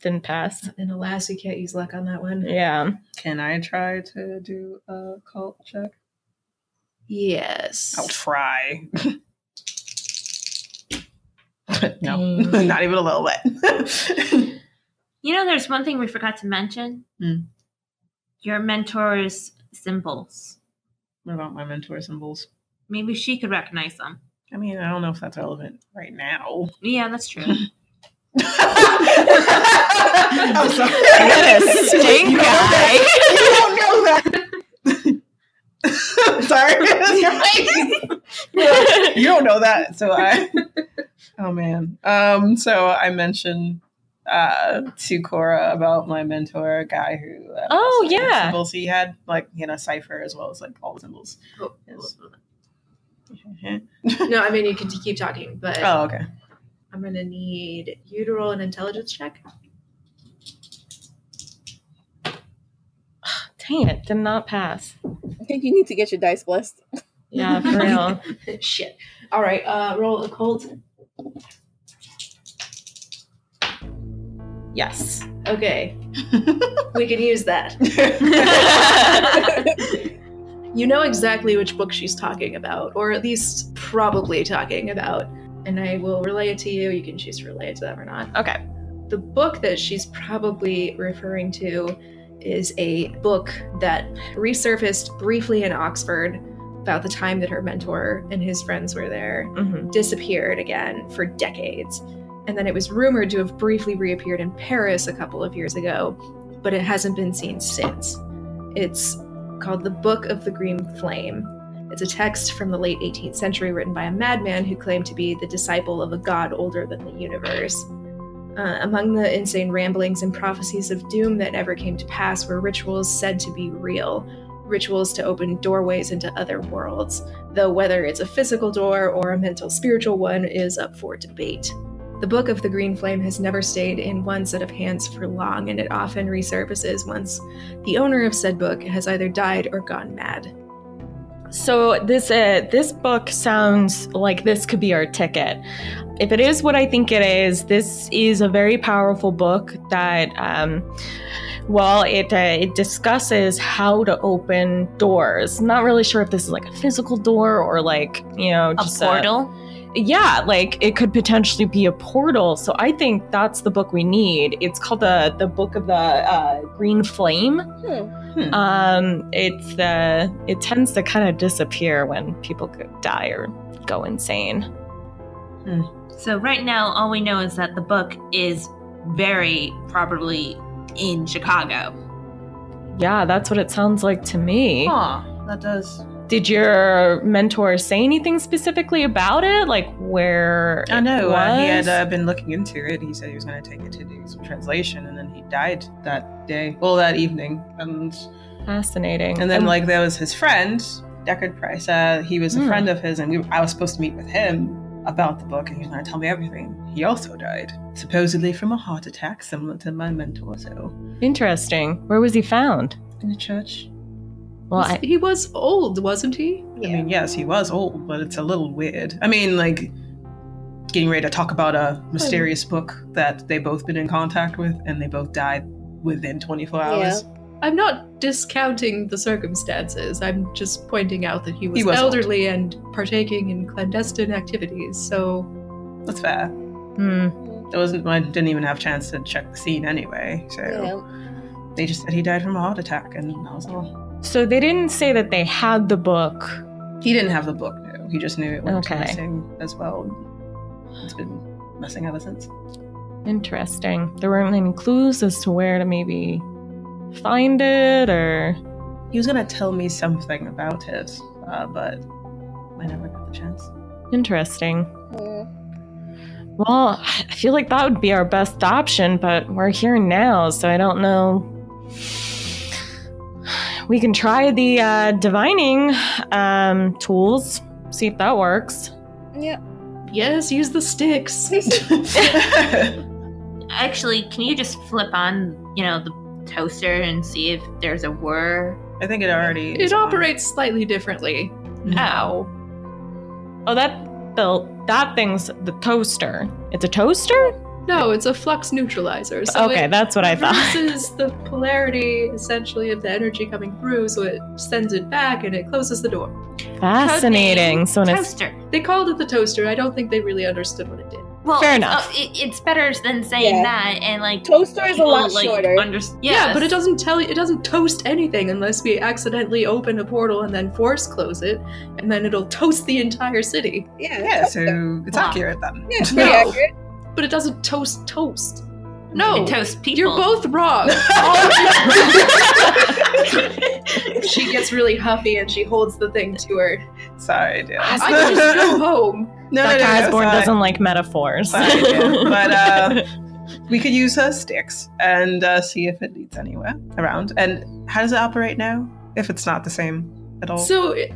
[SPEAKER 3] didn't pass.
[SPEAKER 5] And alas, you can't use luck on that one.
[SPEAKER 3] Yeah.
[SPEAKER 6] Can I try to do a cult check?
[SPEAKER 5] Yes.
[SPEAKER 6] I'll try. no,
[SPEAKER 3] Dang.
[SPEAKER 6] not even a little bit.
[SPEAKER 4] You know, there's one thing we forgot to mention
[SPEAKER 6] Hmm.
[SPEAKER 4] your mentor's symbols.
[SPEAKER 6] what about my mentor symbols?
[SPEAKER 4] Maybe she could recognize them.
[SPEAKER 6] I mean, I don't know if that's relevant right now.
[SPEAKER 4] Yeah, that's true.
[SPEAKER 6] I'm sorry.
[SPEAKER 3] I got a stink eye.
[SPEAKER 6] You don't know that. sorry. you don't know that. So I. Oh man. Um. So I mentioned uh to Cora about my mentor, a guy who. Uh,
[SPEAKER 3] Oh,
[SPEAKER 6] also had
[SPEAKER 3] yeah.
[SPEAKER 6] Symbols he had like you know cipher as well as like all the symbols.
[SPEAKER 5] Oh.
[SPEAKER 6] Yes.
[SPEAKER 5] No, I mean, you can keep talking, but
[SPEAKER 6] Oh okay.
[SPEAKER 5] I'm going to need you to roll an intelligence check.
[SPEAKER 3] Dang it, did not pass.
[SPEAKER 2] I think you need to get your dice blessed.
[SPEAKER 3] Yeah, for real.
[SPEAKER 5] Shit. All right, uh, roll occult.
[SPEAKER 3] Yes.
[SPEAKER 5] Okay. we can use that.
[SPEAKER 3] yeah.
[SPEAKER 5] You know exactly which book she's talking about, or at least probably talking about. And I will relay it to you. You can choose to relay it to them or not.
[SPEAKER 3] Okay.
[SPEAKER 5] The book that she's probably referring to is a book that resurfaced briefly in Oxford about the time that her mentor and his friends were there,
[SPEAKER 3] Mhm.
[SPEAKER 5] disappeared again for decades. And then it was rumored to have briefly reappeared in Paris a couple of years ago, but it hasn't been seen since. It's called The Book of the Green Flame. It's a text from the late 18th century written by a madman who claimed to be the disciple of a god older than the universe. Uh, among the insane ramblings and prophecies of doom that never came to pass were rituals said to be real, rituals to open doorways into other worlds, though whether it's a physical door or a mental spiritual one is up for debate. The Book of the Green Flame has never stayed in one set of hands for long, and it often resurfaces once the owner of said book has either died or gone mad.
[SPEAKER 3] So this uh, this book sounds like this could be our ticket. If it is what I think it is, this is a very powerful book that, um, well, it uh, it discusses how to open doors. Not really sure if this is like a physical door or like you know
[SPEAKER 4] A
[SPEAKER 3] just
[SPEAKER 4] portal?
[SPEAKER 3] yeah, like it could potentially be a portal. So I think that's the book we need. It's called the the book of the uh, Green Flame.
[SPEAKER 6] Hmm.
[SPEAKER 3] Um, it's uh, it tends to kind of disappear when people go- die or go insane.
[SPEAKER 4] So right now, all we know is that the book is very probably in Chicago.
[SPEAKER 3] Yeah, that's what it sounds like to me.
[SPEAKER 6] Huh. That does.
[SPEAKER 3] Did your mentor say anything specifically about it? Like where?
[SPEAKER 6] I know.
[SPEAKER 3] It
[SPEAKER 6] Uh, he had
[SPEAKER 3] was?
[SPEAKER 6] uh, been looking into it. He said he was going to take it to do some translation, and then he died that day. Well, that evening, and
[SPEAKER 3] Fascinating. Oh,
[SPEAKER 6] and then like there was his friend Deckard Price. Uh, he was a
[SPEAKER 3] Hmm.
[SPEAKER 6] friend of his, and we, I was supposed to meet with him about the book, and he was going to tell me everything. He also died, supposedly from a heart attack, similar to my mentor. So
[SPEAKER 3] interesting. Where was he found?
[SPEAKER 6] in a church.
[SPEAKER 3] Well, I,
[SPEAKER 5] he was old, wasn't he?
[SPEAKER 6] I mean, yes, he was old, but it's a little weird. I mean, like getting ready to talk about a mysterious book that they both been in contact with and they both died within 24 hours.
[SPEAKER 5] I'm not discounting the circumstances. I'm just pointing out that he was,
[SPEAKER 6] He was old.
[SPEAKER 5] elderly and partaking in clandestine activities. So
[SPEAKER 6] That's fair.
[SPEAKER 3] hmm.
[SPEAKER 6] There wasn't I didn't even have a chance to check the scene anyway. So
[SPEAKER 2] Yeah.
[SPEAKER 6] they just said he died from a heart attack and that was all.
[SPEAKER 3] So they didn't say that they had the book.
[SPEAKER 6] He didn't have the book, no. He just knew it went
[SPEAKER 3] Okay.
[SPEAKER 6] missing as well. It's been missing ever since.
[SPEAKER 3] Interesting. There weren't any clues as to where to maybe find it or.
[SPEAKER 6] He was gonna tell me something about it, uh, but I never got the chance.
[SPEAKER 3] Interesting.
[SPEAKER 2] Mm.
[SPEAKER 3] Well, I feel like that would be our best option, but we're here now, so I don't know. We can try the uh, divining um, tools, see if that works.
[SPEAKER 2] Yeah.
[SPEAKER 5] yes, use the sticks.
[SPEAKER 4] Actually, can you just flip on, you know, the toaster and see if there's a whir?
[SPEAKER 6] I think it already.
[SPEAKER 5] It operates slightly differently
[SPEAKER 3] Mm-hmm.
[SPEAKER 5] now.
[SPEAKER 3] Oh, that the that thing's the toaster. It's a toaster.
[SPEAKER 5] No, it's a flux neutralizer. So
[SPEAKER 3] okay,
[SPEAKER 5] it
[SPEAKER 3] that's what I thought.
[SPEAKER 5] reverses the polarity essentially of the energy coming through, so it sends it back and it closes the door.
[SPEAKER 3] Fascinating. So when it's
[SPEAKER 4] Toaster.
[SPEAKER 5] They called it the toaster. I don't think they really understood what it did.
[SPEAKER 4] Well,
[SPEAKER 3] Fair
[SPEAKER 4] it's-
[SPEAKER 3] enough.
[SPEAKER 4] uh, it, it's better than saying
[SPEAKER 2] Yeah.
[SPEAKER 4] that and like
[SPEAKER 2] Toaster is a
[SPEAKER 4] people,
[SPEAKER 2] lot
[SPEAKER 4] like,
[SPEAKER 2] shorter.
[SPEAKER 4] Under-
[SPEAKER 5] Yeah, but it
[SPEAKER 4] does
[SPEAKER 5] doesn't tell it doesn't toast anything unless we accidentally open a portal and then force close it, and then it'll toast the entire city.
[SPEAKER 2] Yeah.
[SPEAKER 6] Yeah, so it's
[SPEAKER 4] Wow.
[SPEAKER 6] accurate then.
[SPEAKER 2] Yeah, it's
[SPEAKER 5] No.
[SPEAKER 2] pretty accurate.
[SPEAKER 5] But it doesn't toast toast. No,
[SPEAKER 4] toast people.
[SPEAKER 5] you're both wrong. she gets really huffy and she holds the thing to her.
[SPEAKER 6] Sorry, dude.
[SPEAKER 5] I can just go home.
[SPEAKER 6] no,
[SPEAKER 3] that guy's born
[SPEAKER 6] sorry.
[SPEAKER 3] doesn't like metaphors.
[SPEAKER 6] Sorry, dude. But uh, we could use her sticks and uh, see if it leads anywhere around. And how does it operate now? If it's not the same at all.
[SPEAKER 5] So, i-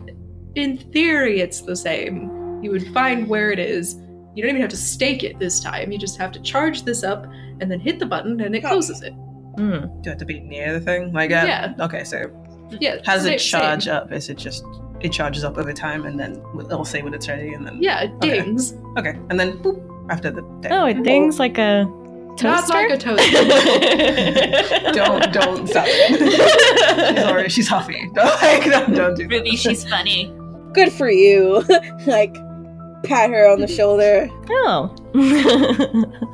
[SPEAKER 5] in theory, it's the same. You would find where it is. You don't even have to stake it this time. You just have to charge this up and then hit the button and it closes it.
[SPEAKER 3] Hmm.
[SPEAKER 6] Do you have to be near the thing? Like, uh,
[SPEAKER 5] Yeah.
[SPEAKER 6] Okay, so
[SPEAKER 5] Yeah.
[SPEAKER 6] how does
[SPEAKER 5] sa-
[SPEAKER 6] it charge
[SPEAKER 5] same.
[SPEAKER 6] up? Is it just it charges up over time and then it'll say when it's ready and then
[SPEAKER 5] Yeah, it
[SPEAKER 6] Okay.
[SPEAKER 5] dings.
[SPEAKER 6] okay and then boop after the day.
[SPEAKER 3] Oh, it dings like a toaster.
[SPEAKER 5] Not like a toaster.
[SPEAKER 3] don't
[SPEAKER 6] Don't don't stop. She's already she's huffy. Don't like don't, don't do that.
[SPEAKER 4] Ruby, she's funny.
[SPEAKER 2] Good for you. like, pat her on the shoulder.
[SPEAKER 3] Oh.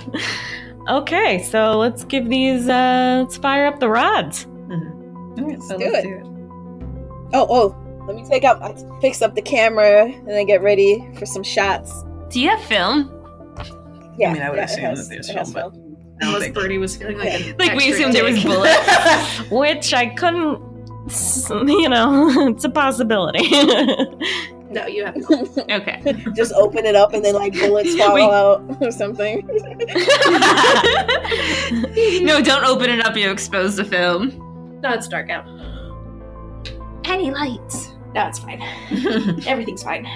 [SPEAKER 3] okay, so let's give these. Uh, let's fire up the rods.
[SPEAKER 6] Mhm. Alright, so
[SPEAKER 2] do
[SPEAKER 6] let's
[SPEAKER 2] it. Oh, oh. Let me take out, I fix up the camera and then get ready for some shots.
[SPEAKER 4] Do you have film?
[SPEAKER 2] Yeah.
[SPEAKER 6] mean, I would
[SPEAKER 2] yeah, it
[SPEAKER 6] assume
[SPEAKER 2] has-
[SPEAKER 6] that there's
[SPEAKER 2] it has
[SPEAKER 6] film,
[SPEAKER 2] film.
[SPEAKER 6] I don't
[SPEAKER 5] Unless
[SPEAKER 6] think-
[SPEAKER 5] Bernie was feeling like
[SPEAKER 2] Yeah.
[SPEAKER 5] an
[SPEAKER 4] Like we
[SPEAKER 5] extra
[SPEAKER 4] assumed there was
[SPEAKER 5] dick.
[SPEAKER 4] bullets.
[SPEAKER 3] Which I couldn't. s- You know, it's a possibility.
[SPEAKER 5] No, you have.
[SPEAKER 4] okay.
[SPEAKER 2] Just open it up and then, like, bullets fall out or something.
[SPEAKER 4] no, don't open it up. You expose the film.
[SPEAKER 5] No, it's dark out.
[SPEAKER 4] Any lights?
[SPEAKER 5] No, it's fine. Everything's fine.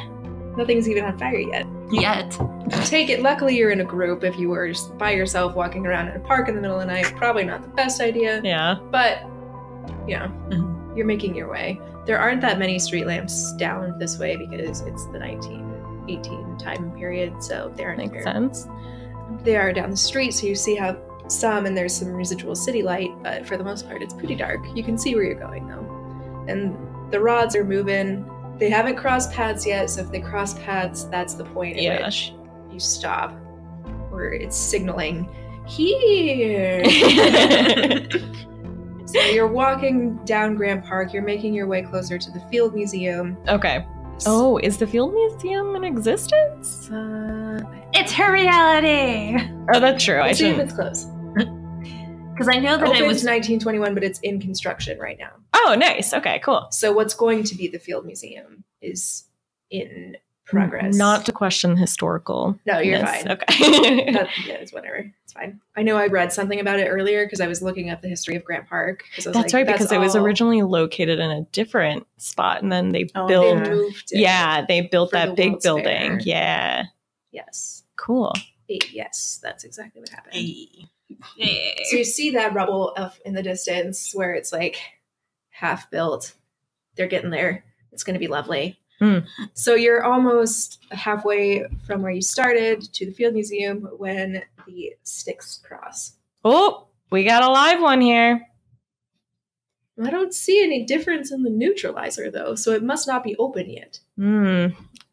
[SPEAKER 5] Nothing's even on fire yet.
[SPEAKER 4] Yet.
[SPEAKER 5] Take it. Luckily, you're in a group. If you were just by yourself walking around in a park in the middle of the night, probably not the best idea.
[SPEAKER 3] yeah.
[SPEAKER 5] But, you know,
[SPEAKER 3] Mm-hmm.
[SPEAKER 5] you're making your way. There aren't that many street lamps down this way because it's the 19, 18 time period, so there aren't
[SPEAKER 3] Makes
[SPEAKER 5] very
[SPEAKER 3] sense.
[SPEAKER 5] they are down the street, so you see how some and there's some residual city light, but for the most part, it's pretty dark. You can see where you're going though, and the rods are moving. They haven't crossed paths yet, so if they cross paths, that's the point at
[SPEAKER 3] Yeah.
[SPEAKER 5] which you stop, where it's signaling here. so you're walking down Grand Park. You're making your way closer to the Field Museum.
[SPEAKER 3] Okay.
[SPEAKER 1] perhaps.
[SPEAKER 3] Oh, is the Field Museum in existence?
[SPEAKER 5] Uh,
[SPEAKER 4] It's her reality.
[SPEAKER 3] Oh, that's true. I
[SPEAKER 5] let's see if
[SPEAKER 3] should.
[SPEAKER 5] it's close.
[SPEAKER 4] Because I know that
[SPEAKER 5] Opened
[SPEAKER 4] it was
[SPEAKER 5] 1921, but it's in construction right now.
[SPEAKER 3] Oh, nice. Okay, cool.
[SPEAKER 5] So what's going to be the Field Museum is in progress.
[SPEAKER 3] Not to question the historical.
[SPEAKER 5] No, you're
[SPEAKER 3] Yes,
[SPEAKER 5] fine.
[SPEAKER 3] Okay.
[SPEAKER 5] That, yeah, it's whatever. It's fine. I know I read something about it earlier because I was looking up the history of Grant Park. 'cause I was
[SPEAKER 3] That's
[SPEAKER 5] like,
[SPEAKER 3] right, because it was
[SPEAKER 5] all
[SPEAKER 3] originally located in a different spot, and then they
[SPEAKER 6] Oh,
[SPEAKER 5] they
[SPEAKER 3] built.
[SPEAKER 6] yeah.
[SPEAKER 5] moved it.
[SPEAKER 3] Yeah, they built
[SPEAKER 5] for
[SPEAKER 3] that
[SPEAKER 5] the
[SPEAKER 3] big
[SPEAKER 5] World's
[SPEAKER 3] building.
[SPEAKER 5] Fair.
[SPEAKER 3] Yeah,
[SPEAKER 5] Yes.
[SPEAKER 3] cool.
[SPEAKER 5] Eh, Yes, that's exactly what happened. So
[SPEAKER 4] Yeah.
[SPEAKER 5] you see that rubble up in the distance where it's like half built. They're getting there. It's going to be lovely.
[SPEAKER 3] Hmm.
[SPEAKER 5] So you're almost halfway from where you started to the Field Museum when the sticks cross.
[SPEAKER 3] Oh, we got a live one here.
[SPEAKER 5] I don't see any difference in the neutralizer though, so it must not be open yet.
[SPEAKER 3] Hmm.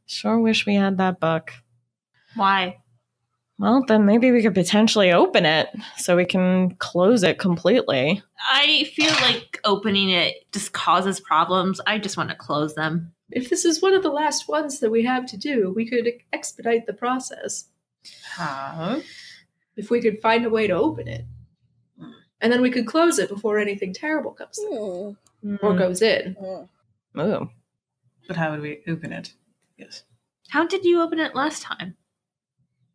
[SPEAKER 3] Sure wish we had that book.
[SPEAKER 4] Why?
[SPEAKER 3] Well, then maybe we could potentially open it so we can close it completely.
[SPEAKER 4] I feel like opening it just causes problems. I just want to close them.
[SPEAKER 5] If this is one of the last ones that we have to do, we could expedite the process
[SPEAKER 6] Huh?
[SPEAKER 5] if we could find a way to open it. And then we could close it before anything terrible comes in
[SPEAKER 2] Hmm.
[SPEAKER 5] or goes in.
[SPEAKER 2] Hmm.
[SPEAKER 3] Ooh.
[SPEAKER 6] But how would we open it? Yes.
[SPEAKER 4] How did you open it last time?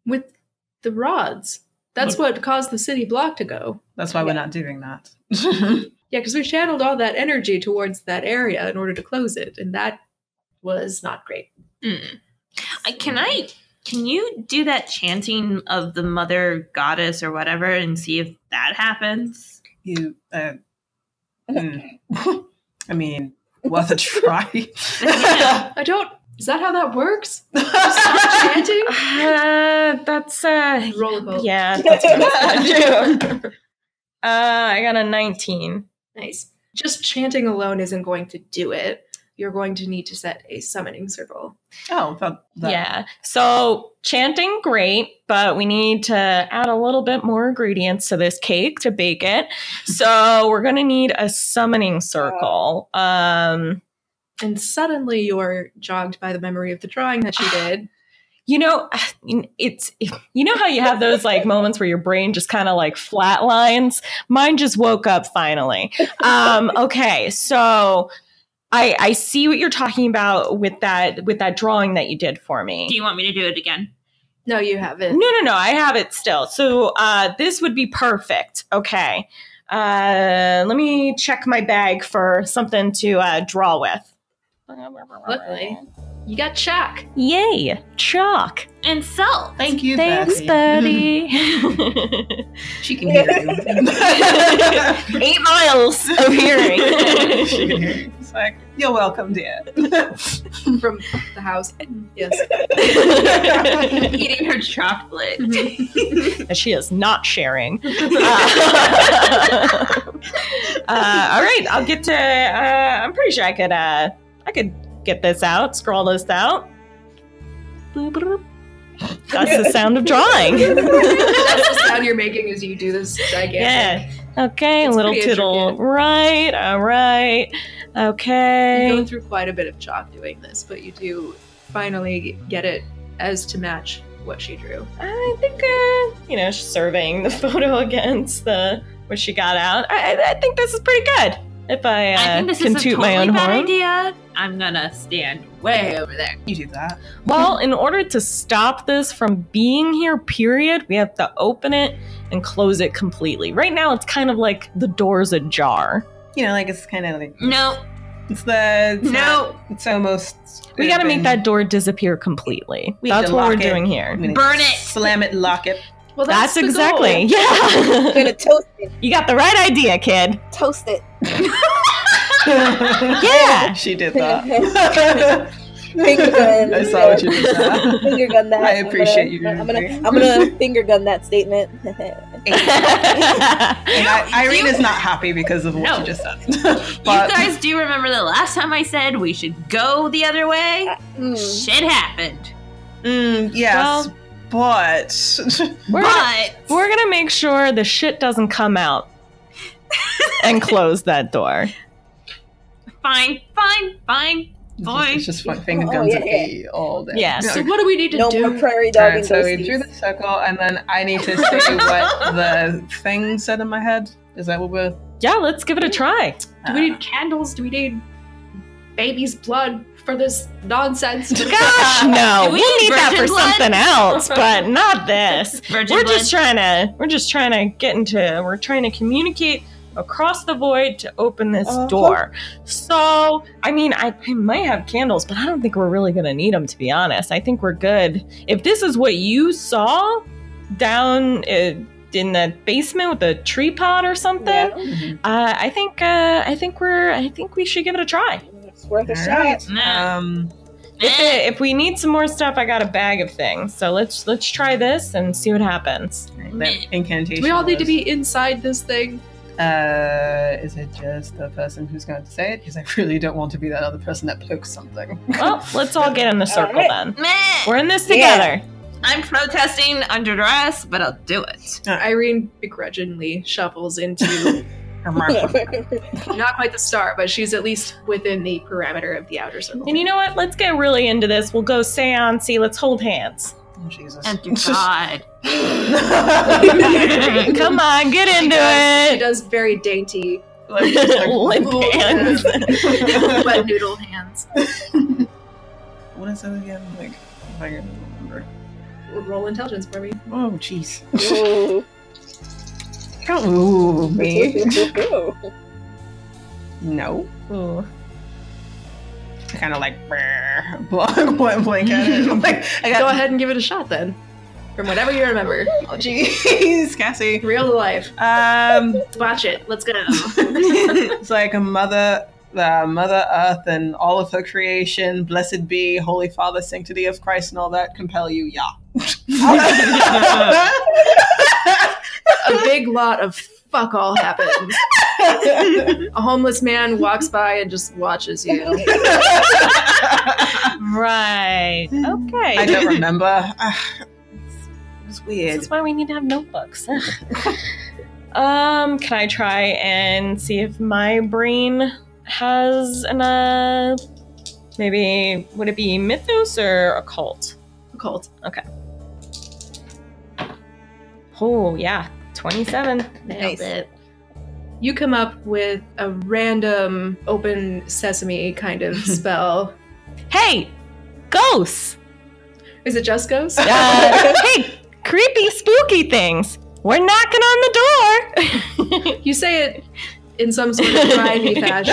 [SPEAKER 5] with the rods. That's what caused the city block to go.
[SPEAKER 6] That's why we're
[SPEAKER 5] Yeah.
[SPEAKER 6] not doing that.
[SPEAKER 5] Yeah, because we channeled all that energy towards that area in order to close it, and that was not great.
[SPEAKER 4] Mm. I, can I? Can you do that chanting of the mother goddess or whatever and see if that happens?
[SPEAKER 6] you, uh, mm. I mean, worth a try.
[SPEAKER 4] Yeah.
[SPEAKER 5] I don't. Is that how that works? Stop chanting.
[SPEAKER 3] Uh, that's uh
[SPEAKER 5] Roll a vote.
[SPEAKER 3] yeah, that's what I was gonna do. Uh I got a 19.
[SPEAKER 5] Nice. Just chanting alone isn't going to do it. You're going to need to set a summoning circle.
[SPEAKER 6] oh, that, that.
[SPEAKER 3] Yeah. So chanting, great, but we need to add a little bit more ingredients to this cake to bake it. So we're gonna need a summoning circle. Um,
[SPEAKER 5] And suddenly you're jogged by the memory of the drawing that she did.
[SPEAKER 3] you know, it's you know how you have those like moments where your brain just kind of like flatlines. Mine just woke up finally. Um, okay, so. I, I see what you're talking about with that with that drawing that you did for me.
[SPEAKER 4] Do you want me to do it again?
[SPEAKER 5] No, you haven't.
[SPEAKER 3] No, no, no. I have it still. So uh, this would be perfect. Okay. Uh, let me check my bag for something to uh, draw with.
[SPEAKER 5] Luckily, you got chalk.
[SPEAKER 3] Yay! Chalk.
[SPEAKER 4] And so,
[SPEAKER 6] Thank you,
[SPEAKER 3] Thanks,
[SPEAKER 6] Betty.
[SPEAKER 3] buddy.
[SPEAKER 6] she can hear you.
[SPEAKER 3] Eight miles of
[SPEAKER 6] she
[SPEAKER 3] hearing.
[SPEAKER 6] can hear you. It's like, you're welcome, dear.
[SPEAKER 5] From the house. Yes.
[SPEAKER 4] eating her chocolate.
[SPEAKER 3] and she is not sharing. Uh, uh, all right, I'll get to. Uh, I'm pretty sure I could. Uh, I could get this out. Scroll this out. Boop, boop. That's the sound of drawing.
[SPEAKER 5] That's the sound you're making as you do this gigantic.
[SPEAKER 3] yeah. Okay,
[SPEAKER 5] It's
[SPEAKER 3] little
[SPEAKER 5] pretty
[SPEAKER 3] tittle.
[SPEAKER 5] intricate.
[SPEAKER 3] Right. All right.
[SPEAKER 5] You go
[SPEAKER 3] Okay.
[SPEAKER 5] through quite a bit of chalk doing this, but you do finally get it as to match what she drew.
[SPEAKER 3] I think. Uh, you know, she's surveying the photo against the what she got out. I, I- I think this is pretty good. If I, uh,
[SPEAKER 4] I think this
[SPEAKER 3] can
[SPEAKER 4] is a
[SPEAKER 3] toot
[SPEAKER 4] totally
[SPEAKER 3] my own
[SPEAKER 4] bad
[SPEAKER 3] horn.
[SPEAKER 4] idea. I'm gonna stand way over there.
[SPEAKER 6] You do that.
[SPEAKER 3] Well, in order to stop this from being here, period, we have to open it and close it completely. Right now, it's kind of like the door's ajar.
[SPEAKER 6] You know, like it's kind of like
[SPEAKER 4] No,
[SPEAKER 6] it's the it's not-
[SPEAKER 4] no,
[SPEAKER 6] It's almost.
[SPEAKER 3] We got to make
[SPEAKER 6] open.
[SPEAKER 3] that door disappear completely.
[SPEAKER 6] We
[SPEAKER 3] That's
[SPEAKER 6] can
[SPEAKER 3] what we're
[SPEAKER 6] lock it.
[SPEAKER 3] doing
[SPEAKER 6] I'm
[SPEAKER 3] here.
[SPEAKER 6] gonna
[SPEAKER 4] Burn it.
[SPEAKER 6] Slam it. Lock it.
[SPEAKER 5] Well,
[SPEAKER 3] That's,
[SPEAKER 5] the
[SPEAKER 3] exactly.
[SPEAKER 5] goal.
[SPEAKER 3] Yeah.
[SPEAKER 2] Gonna toast it.
[SPEAKER 3] you got the right idea, kid.
[SPEAKER 2] Toast it.
[SPEAKER 3] Yeah.
[SPEAKER 6] she did that.
[SPEAKER 2] Finger gun.
[SPEAKER 6] I saw what you did there.
[SPEAKER 2] Finger gun that.
[SPEAKER 6] I
[SPEAKER 2] I'm
[SPEAKER 6] appreciate you,
[SPEAKER 2] gonna- I'm gonna,
[SPEAKER 6] Ruby.
[SPEAKER 2] I'm gonna finger gun that statement.
[SPEAKER 6] And I, Irene
[SPEAKER 4] you-
[SPEAKER 6] is not happy because of what
[SPEAKER 4] No.
[SPEAKER 6] she just said. but
[SPEAKER 4] you guys do remember the last time I said we should go the other way?
[SPEAKER 3] Hmm.
[SPEAKER 2] Mm.
[SPEAKER 4] Shit happened.
[SPEAKER 6] Mm, yes,
[SPEAKER 3] Well-
[SPEAKER 6] but
[SPEAKER 3] we're gonna,
[SPEAKER 4] But
[SPEAKER 3] we're gonna make sure the shit doesn't come out and close that door.
[SPEAKER 4] fine, fine, fine. Boy.
[SPEAKER 6] It's just fun- finger
[SPEAKER 2] Oh,
[SPEAKER 6] guns
[SPEAKER 2] yeah,
[SPEAKER 6] at
[SPEAKER 2] yeah.
[SPEAKER 6] me all day.
[SPEAKER 3] Yeah.
[SPEAKER 5] So what do we need to
[SPEAKER 2] No
[SPEAKER 5] do?
[SPEAKER 2] more prairie
[SPEAKER 6] All
[SPEAKER 2] dog
[SPEAKER 6] right, so we drew the circle, and then I need to say what the thing said in my head. Is that what we're?
[SPEAKER 3] Yeah, let's give it a try.
[SPEAKER 5] do we need candles? Do we need baby's blood for this nonsense?
[SPEAKER 3] Gosh, no. We
[SPEAKER 4] Do we
[SPEAKER 3] will
[SPEAKER 4] need
[SPEAKER 3] need that
[SPEAKER 4] virgin
[SPEAKER 3] for
[SPEAKER 4] blood?
[SPEAKER 3] something else, but not this.
[SPEAKER 4] Virgin
[SPEAKER 3] We're
[SPEAKER 4] blood.
[SPEAKER 3] just trying to we're just trying to get into we're trying to communicate across the void to open this
[SPEAKER 2] Uh-huh.
[SPEAKER 3] door. So, I mean, I, I might have candles, but I don't think we're really going to need them to be honest. I think we're good. If this is what you saw down uh, in the basement with the tree pod or something,
[SPEAKER 2] Yeah.
[SPEAKER 3] uh, I think uh, I think we're I think we should give it a try.
[SPEAKER 2] It's worth a
[SPEAKER 6] All
[SPEAKER 2] shot.
[SPEAKER 6] right.
[SPEAKER 4] Nah.
[SPEAKER 6] Um,
[SPEAKER 3] If, it, if we need some more stuff, I got a bag of things. So let's let's try this and see what happens.
[SPEAKER 6] that incantation.
[SPEAKER 5] Do we all need to
[SPEAKER 6] was,
[SPEAKER 5] be inside this thing?
[SPEAKER 6] Uh, is it just the person who's going to say it? Because I really don't want to be that other person that pokes something.
[SPEAKER 3] Well, let's all get in the circle
[SPEAKER 2] right.
[SPEAKER 3] then.
[SPEAKER 4] Meh.
[SPEAKER 3] We're in this
[SPEAKER 2] Yeah.
[SPEAKER 3] together.
[SPEAKER 4] I'm protesting under duress, but I'll do it.
[SPEAKER 5] Irene begrudgingly shuffles into not quite the star, but she's at least within the parameter of the outer circle.
[SPEAKER 3] And you know what? Let's get really into this. We'll go seance. Let's hold hands.
[SPEAKER 6] Oh, Jesus.
[SPEAKER 4] Enter God.
[SPEAKER 3] Come on, get
[SPEAKER 5] She
[SPEAKER 3] into
[SPEAKER 5] does- She
[SPEAKER 3] it.
[SPEAKER 5] does very dainty
[SPEAKER 6] Like, just like-
[SPEAKER 3] Limp hands.
[SPEAKER 5] wet noodle hands.
[SPEAKER 6] what is it again? Like, if I can remember.
[SPEAKER 5] Roll intelligence for me.
[SPEAKER 6] Oh, jeez.
[SPEAKER 2] Ooh.
[SPEAKER 6] Ooh, me. No.
[SPEAKER 3] Ooh.
[SPEAKER 6] Kind of like, brr, blank, blank, blank at it. Like, I got,
[SPEAKER 5] Go ahead and give it a shot then. From whatever you remember.
[SPEAKER 6] Oh, jeez, Cassie.
[SPEAKER 5] Real life.
[SPEAKER 6] Um,
[SPEAKER 5] Watch it. Let's go.
[SPEAKER 6] it's like a mother, uh, Mother Earth and all of her creation, blessed be, Holy Father, sanctity of Christ, and all that compel you, yeah.
[SPEAKER 5] a big lot of fuck all happens. A homeless man walks by and just watches you.
[SPEAKER 3] Right. Okay.
[SPEAKER 6] I don't remember. It was
[SPEAKER 3] This
[SPEAKER 6] weird.
[SPEAKER 3] is why we need to have notebooks. Ugh. um, can I try and see if my brain has an uh maybe would it be mythos or occult?
[SPEAKER 5] Occult.
[SPEAKER 3] Oh yeah, twenty-seven.
[SPEAKER 2] Nice.
[SPEAKER 5] You come up with a random open sesame kind of spell.
[SPEAKER 3] Hey, ghosts.
[SPEAKER 5] Is it just ghosts?
[SPEAKER 3] Uh, hey, creepy, spooky things. We're knocking on the
[SPEAKER 5] You say it in some sort of grimy fashion.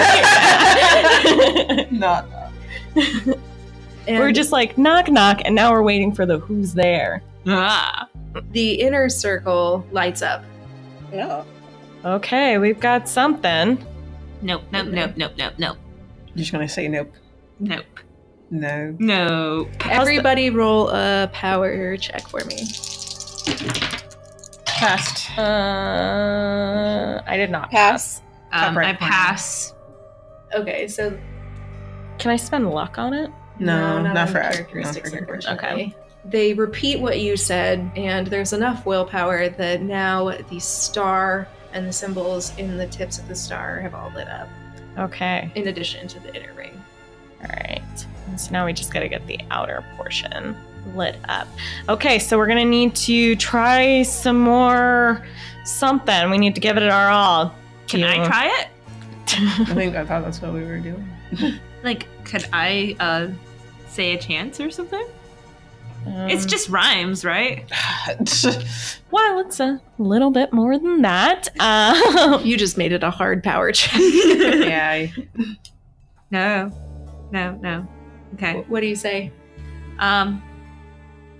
[SPEAKER 3] door.
[SPEAKER 6] Not.
[SPEAKER 5] And
[SPEAKER 3] we're just like knock knock, and now we're waiting for the who's there.
[SPEAKER 4] Ah.
[SPEAKER 5] the inner circle lights up.
[SPEAKER 2] No.
[SPEAKER 3] Okay, we've got something.
[SPEAKER 4] Nope, nope, nope, nope, nope, nope,
[SPEAKER 6] I'm just gonna say nope.
[SPEAKER 4] nope,
[SPEAKER 6] No.
[SPEAKER 4] nope. Um,
[SPEAKER 5] Everybody roll a power check for me.
[SPEAKER 6] Passed.
[SPEAKER 3] Uh, I did not
[SPEAKER 2] Pass.
[SPEAKER 4] Um,
[SPEAKER 6] right
[SPEAKER 4] I
[SPEAKER 6] corner.
[SPEAKER 4] pass.
[SPEAKER 5] Okay, so
[SPEAKER 3] Can I spend luck on it?
[SPEAKER 6] No, not
[SPEAKER 5] on
[SPEAKER 6] for act-
[SPEAKER 5] characteristics,
[SPEAKER 6] not for-
[SPEAKER 5] unfortunately. They repeat what you said, and there's enough willpower that now the star and the symbols in the tips of the star have all lit up,
[SPEAKER 3] Okay.
[SPEAKER 5] in addition to the inner ring.
[SPEAKER 3] All right. So now we just got to get the outer portion lit up. Okay, so we're going to need to try some more something. We need to give it our all.
[SPEAKER 4] Can I
[SPEAKER 3] Yeah.
[SPEAKER 4] try it?
[SPEAKER 6] I think I thought that's what we were doing.
[SPEAKER 4] Like, could I uh, say a chance or something?
[SPEAKER 3] Um,
[SPEAKER 6] Mm.
[SPEAKER 4] It's just rhymes, right?
[SPEAKER 3] well, it's a little bit more than that. Uh,
[SPEAKER 5] You just made it a hard power check.
[SPEAKER 6] yeah. I-
[SPEAKER 4] No, no, no. Okay.
[SPEAKER 5] what do you say?
[SPEAKER 4] Um,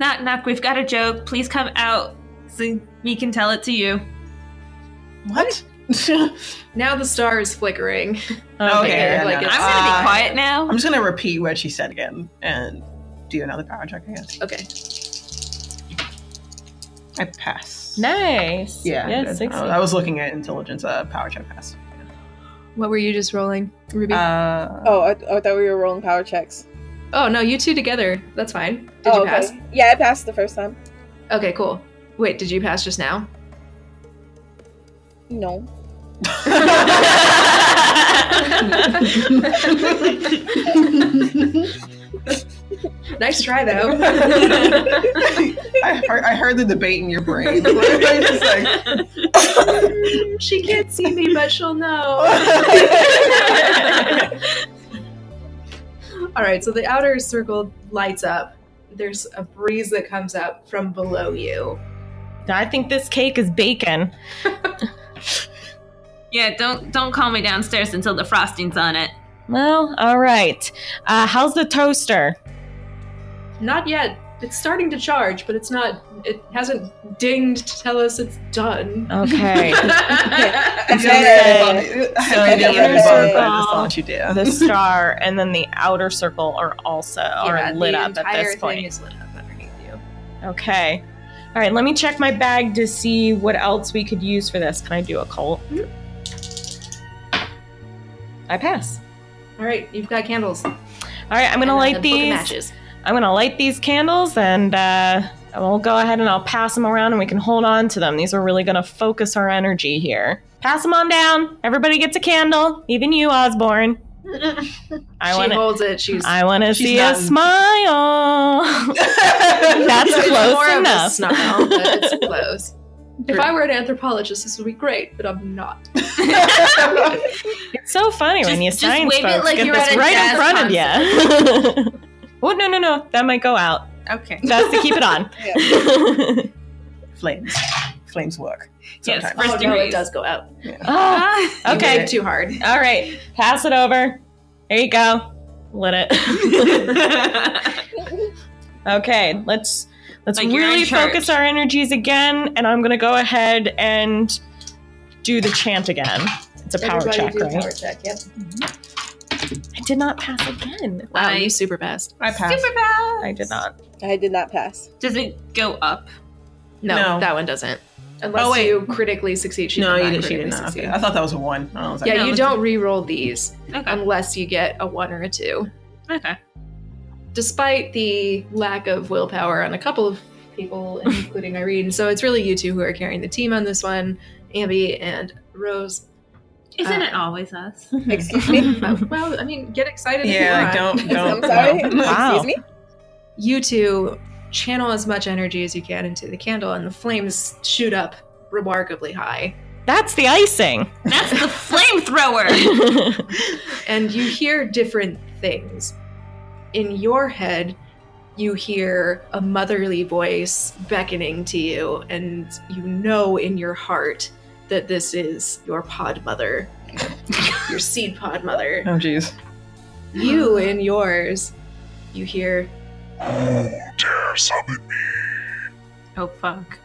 [SPEAKER 4] knock, knock. We've got a joke. Please come out so we can tell it to you.
[SPEAKER 6] What?
[SPEAKER 5] Now the star is flickering.
[SPEAKER 6] Okay,
[SPEAKER 5] like it's,
[SPEAKER 4] I'm
[SPEAKER 6] no,
[SPEAKER 4] gonna
[SPEAKER 6] no. Uh,
[SPEAKER 4] be quiet now.
[SPEAKER 6] I'm just gonna repeat what she said again and do another power check, I guess.
[SPEAKER 5] okay.
[SPEAKER 6] I pass.
[SPEAKER 3] Nice.
[SPEAKER 6] Yeah.
[SPEAKER 3] Yeah,
[SPEAKER 6] good.
[SPEAKER 3] 60.
[SPEAKER 6] I I was looking at intelligence, uh, power check pass.
[SPEAKER 5] What were you just rolling, Ruby?
[SPEAKER 6] Uh,
[SPEAKER 2] Oh, I, I thought we were rolling power checks.
[SPEAKER 5] oh no, you two together. That's fine. Did
[SPEAKER 2] oh,
[SPEAKER 5] you pass?
[SPEAKER 2] Okay. Yeah, I passed the first time.
[SPEAKER 5] Okay, cool. Wait, did you pass just now?
[SPEAKER 2] No.
[SPEAKER 5] nice try, though.
[SPEAKER 6] I, heard, I heard the debate in your brain. I just like,
[SPEAKER 5] she can't see me, but she'll know. All right, so the outer circle lights up. There's a breeze that comes up from below you.
[SPEAKER 3] I think this cake is bacon.
[SPEAKER 4] yeah, don't don't call me downstairs until the frosting's on it.
[SPEAKER 3] Well, all right. Uh, how's the toaster?
[SPEAKER 5] Not yet. It's starting to charge, but it's not. It hasn't dinged to tell us it's done.
[SPEAKER 3] Okay.
[SPEAKER 6] I
[SPEAKER 2] Okay.
[SPEAKER 6] did that.
[SPEAKER 3] So
[SPEAKER 6] I did
[SPEAKER 3] the
[SPEAKER 6] that,
[SPEAKER 3] inner
[SPEAKER 6] but I just
[SPEAKER 3] circle-
[SPEAKER 6] I'll let you down.
[SPEAKER 3] the star and then the outer circle are also are lit
[SPEAKER 5] the
[SPEAKER 3] up at
[SPEAKER 5] entire
[SPEAKER 3] this
[SPEAKER 5] thing
[SPEAKER 3] point.
[SPEAKER 5] is lit up underneath you.
[SPEAKER 3] okay. All right, let me check my bag to see what else we could use for this. Can I do a cult?
[SPEAKER 5] Hmm?
[SPEAKER 3] I pass.
[SPEAKER 5] All right, you've got candles. I'm
[SPEAKER 3] All right, I'm gonna light these.
[SPEAKER 5] Matches.
[SPEAKER 3] I'm gonna light these candles, and uh, we'll go ahead and I'll pass them around, and we can hold on to them. These are really gonna focus our energy here. Pass them on down. Everybody gets a candle, even you, Osborne. I
[SPEAKER 5] she
[SPEAKER 3] want to.
[SPEAKER 5] holds it. She's
[SPEAKER 3] I want to
[SPEAKER 6] she's
[SPEAKER 3] see a
[SPEAKER 6] not-
[SPEAKER 3] smile. That's
[SPEAKER 5] it's
[SPEAKER 3] close
[SPEAKER 5] more Of a
[SPEAKER 3] enough.
[SPEAKER 5] snarl, but it's close. if I were an anthropologist, this would be great, but I'm not.
[SPEAKER 3] It's so funny when
[SPEAKER 4] Just-
[SPEAKER 3] you
[SPEAKER 4] just
[SPEAKER 3] science
[SPEAKER 4] wave it
[SPEAKER 3] folks
[SPEAKER 4] like
[SPEAKER 3] get
[SPEAKER 4] you're
[SPEAKER 3] this
[SPEAKER 4] at a
[SPEAKER 3] right in
[SPEAKER 4] jazz
[SPEAKER 3] front of you. oh no no no! That might go out.
[SPEAKER 4] Okay.
[SPEAKER 3] That's to keep it on.
[SPEAKER 6] Flames. Flames work.
[SPEAKER 4] Yes,
[SPEAKER 6] Sometimes.
[SPEAKER 4] First
[SPEAKER 5] oh no,
[SPEAKER 4] degrees.
[SPEAKER 5] it does go out.
[SPEAKER 3] oh,
[SPEAKER 4] Ah.
[SPEAKER 5] You hit
[SPEAKER 3] okay.
[SPEAKER 5] it too hard.
[SPEAKER 3] All right. Pass it over. There you go. Lit it. Okay, let's let's
[SPEAKER 4] Like you're in
[SPEAKER 3] really
[SPEAKER 4] charge.
[SPEAKER 3] focus our energies again, and I'm gonna go ahead and do the chant again. It's a power
[SPEAKER 5] Everybody
[SPEAKER 3] check,
[SPEAKER 5] do a
[SPEAKER 3] right?
[SPEAKER 5] Power check. Yep.
[SPEAKER 3] I did not pass again.
[SPEAKER 5] Wow,
[SPEAKER 4] I-
[SPEAKER 5] you super fast.
[SPEAKER 6] I passed.
[SPEAKER 4] Super fast.
[SPEAKER 3] I did not.
[SPEAKER 2] I did not pass.
[SPEAKER 4] Does it go up?
[SPEAKER 5] No,
[SPEAKER 6] No.
[SPEAKER 5] that one doesn't. Unless
[SPEAKER 6] Oh, wait.
[SPEAKER 5] you critically succeed. She
[SPEAKER 6] No,
[SPEAKER 5] did
[SPEAKER 6] you
[SPEAKER 5] not
[SPEAKER 6] didn't. She did
[SPEAKER 5] critically
[SPEAKER 6] not.
[SPEAKER 5] succeed.
[SPEAKER 6] Okay. I thought that was a one. I was like,
[SPEAKER 5] Yeah,
[SPEAKER 4] No,
[SPEAKER 5] you
[SPEAKER 4] it's-
[SPEAKER 5] don't re-roll these
[SPEAKER 4] Okay.
[SPEAKER 5] unless you get a one or a two.
[SPEAKER 4] Okay.
[SPEAKER 5] Despite the lack of willpower on a couple of
[SPEAKER 3] Oh,
[SPEAKER 5] people, including Irene, so it's really you two who are carrying the team on this one, Ambi and Rose.
[SPEAKER 4] Isn't
[SPEAKER 5] Uh,
[SPEAKER 4] it always us?
[SPEAKER 2] Excuse me.
[SPEAKER 5] Uh, well, I mean, get excited. if you
[SPEAKER 6] yeah, like,
[SPEAKER 5] want.
[SPEAKER 6] don't,
[SPEAKER 2] I'm
[SPEAKER 6] don't.
[SPEAKER 2] sorry.
[SPEAKER 6] no.
[SPEAKER 3] Wow.
[SPEAKER 2] Excuse me.
[SPEAKER 5] you two channel as much energy as you can into the candle, and the flames shoot up remarkably high.
[SPEAKER 3] That's the icing.
[SPEAKER 4] That's the flamethrower.
[SPEAKER 3] okay.
[SPEAKER 5] And you hear different things. In your head, you hear a motherly voice beckoning to you, and you know in your heart that this is your pod mother, your seed pod mother.
[SPEAKER 6] Oh, jeez.
[SPEAKER 5] You in yours, you hear
[SPEAKER 7] Oh, dare summon me.
[SPEAKER 4] oh fuck.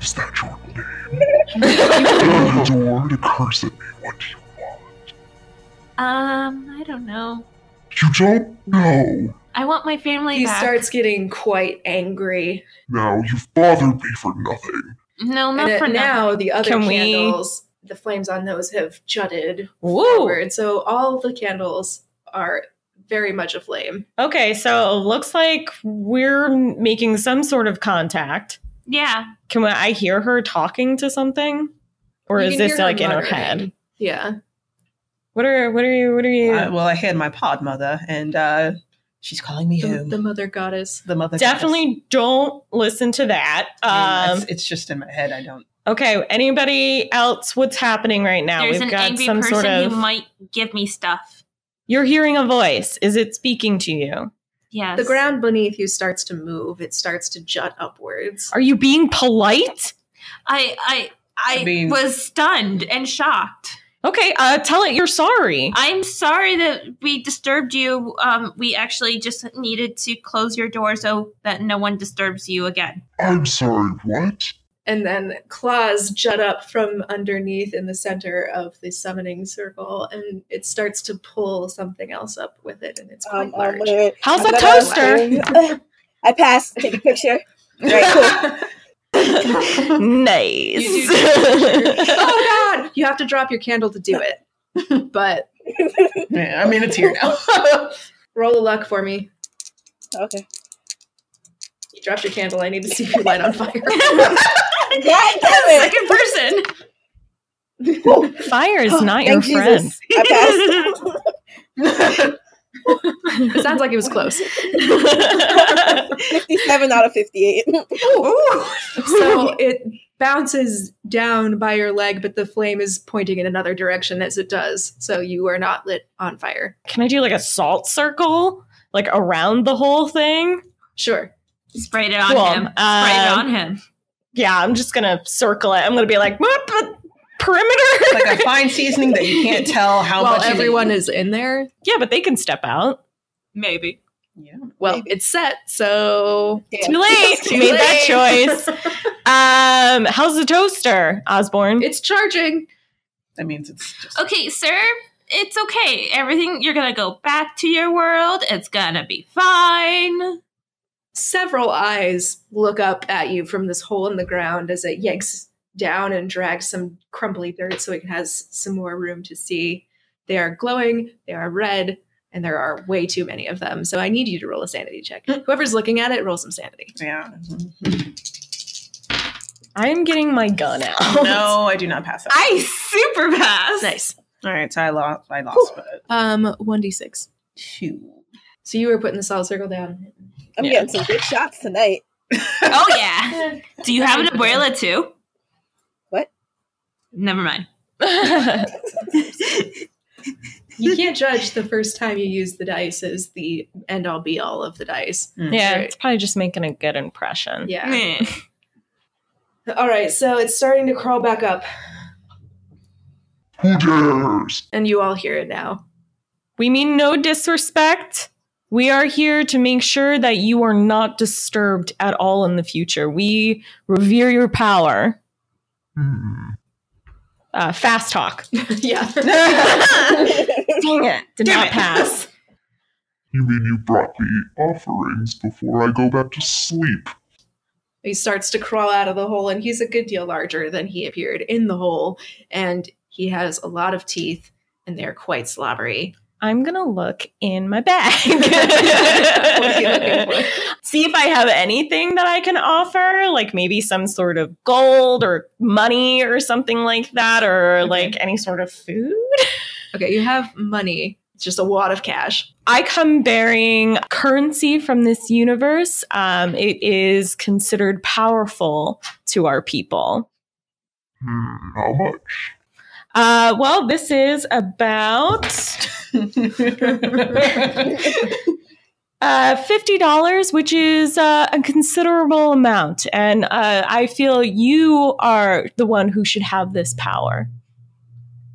[SPEAKER 7] Is that your name? Open the door to curse at me. What do you
[SPEAKER 4] Um, I don't know.
[SPEAKER 7] You don't know.
[SPEAKER 4] I want my family
[SPEAKER 5] he
[SPEAKER 4] back.
[SPEAKER 5] starts getting quite angry.
[SPEAKER 7] Now you've bothered me for nothing.
[SPEAKER 4] no,
[SPEAKER 5] and
[SPEAKER 4] not for
[SPEAKER 5] it-
[SPEAKER 4] now.
[SPEAKER 5] now the other
[SPEAKER 3] Can we-
[SPEAKER 5] candles, the flames on those have jutted
[SPEAKER 3] Woo.
[SPEAKER 5] forward. So all the candles are very much aflame.
[SPEAKER 3] Okay, so it looks like we're making some sort of contact.
[SPEAKER 4] Yeah.
[SPEAKER 3] Can I hear her talking to something, or
[SPEAKER 5] You
[SPEAKER 3] is
[SPEAKER 5] can
[SPEAKER 3] this
[SPEAKER 5] hear her
[SPEAKER 3] like in her
[SPEAKER 5] muttering.
[SPEAKER 3] head?
[SPEAKER 5] Yeah.
[SPEAKER 3] What are what are you what are you?
[SPEAKER 6] Uh, well, I had my pod mother, and uh, she's calling me
[SPEAKER 5] The,
[SPEAKER 6] home.
[SPEAKER 5] the
[SPEAKER 6] The,
[SPEAKER 5] mother goddess.
[SPEAKER 6] mother.
[SPEAKER 3] Definitely don't listen to that.
[SPEAKER 6] goddess. I mean,
[SPEAKER 3] Um,
[SPEAKER 6] it's, it's just in my head. I don't.
[SPEAKER 3] Okay, anybody else? What's happening right now?
[SPEAKER 4] There's
[SPEAKER 3] We've
[SPEAKER 4] an
[SPEAKER 3] got
[SPEAKER 4] angry
[SPEAKER 3] some
[SPEAKER 4] person
[SPEAKER 3] sort of.
[SPEAKER 4] who might give me stuff.
[SPEAKER 3] You're hearing a voice. Is it speaking to you?
[SPEAKER 4] Yes.
[SPEAKER 5] The ground beneath you starts to move. It starts to jut upwards.
[SPEAKER 3] Are you being polite?
[SPEAKER 4] I I I
[SPEAKER 6] I mean-
[SPEAKER 4] was stunned and shocked.
[SPEAKER 3] Okay, uh, tell it you're sorry.
[SPEAKER 4] I'm sorry that we disturbed you. Um, we actually just needed to close your door so that no one disturbs you again.
[SPEAKER 7] I'm sorry, what?
[SPEAKER 5] And then claws jut up from underneath in the center of the summoning circle, and it starts to pull something else up with it, and it's
[SPEAKER 2] Um,
[SPEAKER 5] quite
[SPEAKER 2] um,
[SPEAKER 5] large.
[SPEAKER 2] wait, wait.
[SPEAKER 3] How's
[SPEAKER 2] I'm
[SPEAKER 3] the
[SPEAKER 2] gonna-
[SPEAKER 3] toaster?
[SPEAKER 2] I passed. Take a picture. Right,
[SPEAKER 3] nice.
[SPEAKER 5] You do oh god you have to drop your candle to do it but
[SPEAKER 6] Yeah, I'm in a tear now.
[SPEAKER 5] roll a luck for me
[SPEAKER 2] Okay.
[SPEAKER 5] you dropped your candle i need to see if you light on fire
[SPEAKER 2] God damn it!
[SPEAKER 4] Second person.
[SPEAKER 3] Fire is not your
[SPEAKER 2] Oh, Thank
[SPEAKER 3] friend.
[SPEAKER 2] Jesus. I passed.
[SPEAKER 5] It sounds like it was close.
[SPEAKER 2] Fifty-seven out of fifty-eight.
[SPEAKER 5] So it bounces down by your leg, but the flame is pointing in another direction as it does. So you are not lit on fire.
[SPEAKER 3] Can I do like a salt circle? Like around the whole thing?
[SPEAKER 5] Sure.
[SPEAKER 4] Sprayed it on
[SPEAKER 3] Cool.
[SPEAKER 4] him. Sprayed it
[SPEAKER 3] Um,
[SPEAKER 4] on him.
[SPEAKER 3] Yeah, I'm just gonna circle it. I'm gonna be like, "Mwah, p- perimeter.
[SPEAKER 6] It's like a fine seasoning that you can't tell how
[SPEAKER 5] While
[SPEAKER 6] much it-
[SPEAKER 5] everyone is in there,
[SPEAKER 3] yeah, but they can step out.
[SPEAKER 4] Maybe.
[SPEAKER 5] well, it's set. So
[SPEAKER 3] Too late. Made that choice. Um, how's the toaster, Osborne?
[SPEAKER 5] it's charging.
[SPEAKER 6] That means it's just
[SPEAKER 4] Okay, sir. It's okay. Everything you're gonna go back to your world. It's gonna be fine.
[SPEAKER 5] Several eyes look up at you from this hole in the ground as it yanks down and drags some crumbly dirt so it has some more room to see. They are glowing, they are red, and there are way too many of them. So I need you to roll a sanity check. Whoever's looking at it, roll some sanity.
[SPEAKER 6] yeah.
[SPEAKER 3] I'm getting my gun out.
[SPEAKER 6] No, I do not pass that.
[SPEAKER 4] I super pass.
[SPEAKER 5] Nice.
[SPEAKER 6] All right, so I lost. I lost, but
[SPEAKER 5] Um, 1d6.
[SPEAKER 6] two.
[SPEAKER 5] So you were putting the solid circle down.
[SPEAKER 2] I'm
[SPEAKER 3] Yeah.
[SPEAKER 2] getting some good shots tonight.
[SPEAKER 4] Oh yeah. Do you have an abuela too?
[SPEAKER 2] What?
[SPEAKER 4] Never mind.
[SPEAKER 5] You can't judge the first time you use the dice as the end all be all of the dice.
[SPEAKER 3] yeah, it's probably just making a good impression.
[SPEAKER 5] Yeah.
[SPEAKER 4] Meh.
[SPEAKER 5] All right, so it's starting to crawl back up,
[SPEAKER 7] Who dares?
[SPEAKER 5] and you all hear it now.
[SPEAKER 3] We mean no disrespect. We are here to make sure that you are not disturbed at all in the future. We revere your power.
[SPEAKER 7] Hmm.
[SPEAKER 3] Uh, fast talk.
[SPEAKER 5] yeah.
[SPEAKER 3] Dang it. Did
[SPEAKER 4] Damn
[SPEAKER 3] not
[SPEAKER 4] it.
[SPEAKER 3] pass.
[SPEAKER 7] You mean you brought me offerings before I go back to sleep?
[SPEAKER 5] He starts to crawl out of the hole, and he's a good deal larger than he appeared in the hole, and he has a lot of teeth, and they're quite slobbery.
[SPEAKER 3] I'm going to look in my
[SPEAKER 5] What are you
[SPEAKER 3] bag.
[SPEAKER 5] looking for?
[SPEAKER 3] See if I have anything that I can offer, like maybe some sort of gold or money or something like that, or
[SPEAKER 5] Okay.
[SPEAKER 3] like any sort of food.
[SPEAKER 5] Okay, you have money. It's just a wad of cash.
[SPEAKER 3] I come bearing currency from this universe. Um, it is considered powerful to our people.
[SPEAKER 7] Hmm, how much?
[SPEAKER 3] Uh, well, this is about uh, $50, which is uh, a considerable amount. And uh, I feel you are the one who should have this power.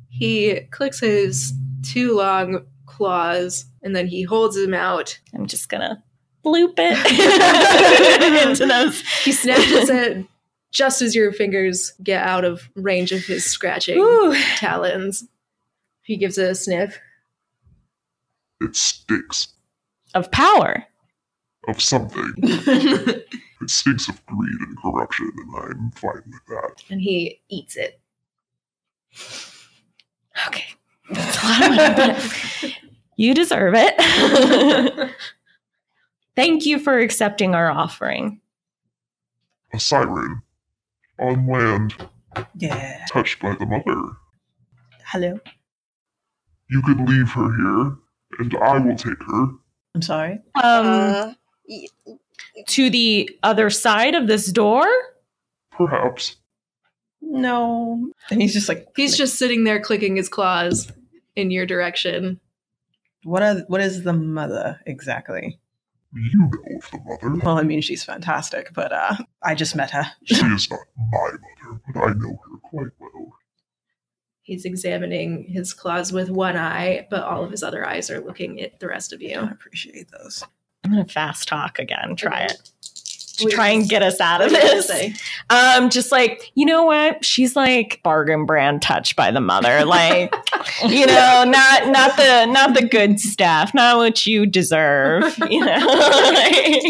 [SPEAKER 5] He clicks his two long claws, and then he holds them out.
[SPEAKER 3] I'm just going to bloop it into those.
[SPEAKER 5] He snatches it just as your fingers get out of range of his scratching
[SPEAKER 3] Ooh.
[SPEAKER 5] talons. He gives it a sniff.
[SPEAKER 7] It stinks
[SPEAKER 3] Of power.
[SPEAKER 7] of something. It stinks of greed and corruption, and I'm fine with that.
[SPEAKER 5] and he eats it.
[SPEAKER 3] Okay. That's a lot of money, but you deserve it. Thank you for accepting our offering.
[SPEAKER 7] A siren on land,
[SPEAKER 6] yeah.
[SPEAKER 7] touched by the mother.
[SPEAKER 6] Hello.
[SPEAKER 7] You can leave her here, and I will take her.
[SPEAKER 6] I'm sorry.
[SPEAKER 3] Um,
[SPEAKER 2] Uh,
[SPEAKER 3] to the other side of this door?
[SPEAKER 7] Perhaps.
[SPEAKER 6] No. And he's just like
[SPEAKER 5] He's just sitting there clicking his claws in your direction.
[SPEAKER 6] What are, what is the mother exactly?
[SPEAKER 7] You know of the mother.
[SPEAKER 6] Well, I mean, she's fantastic, but uh, I just met her.
[SPEAKER 7] She is not my mother, but I know her quite well.
[SPEAKER 5] He's examining his claws with one eye, but all of his other eyes are looking at the rest of
[SPEAKER 6] I
[SPEAKER 5] you.
[SPEAKER 6] appreciate those.
[SPEAKER 3] I'm going to fast talk again. Try it. To
[SPEAKER 5] What-
[SPEAKER 3] try and get us out
[SPEAKER 5] what
[SPEAKER 3] of
[SPEAKER 5] do you
[SPEAKER 3] this.
[SPEAKER 5] say?
[SPEAKER 3] Um, just like, you know what? She's like bargain brand touched by the mother. Like, you know, not not the not the good stuff, not what you deserve, you know.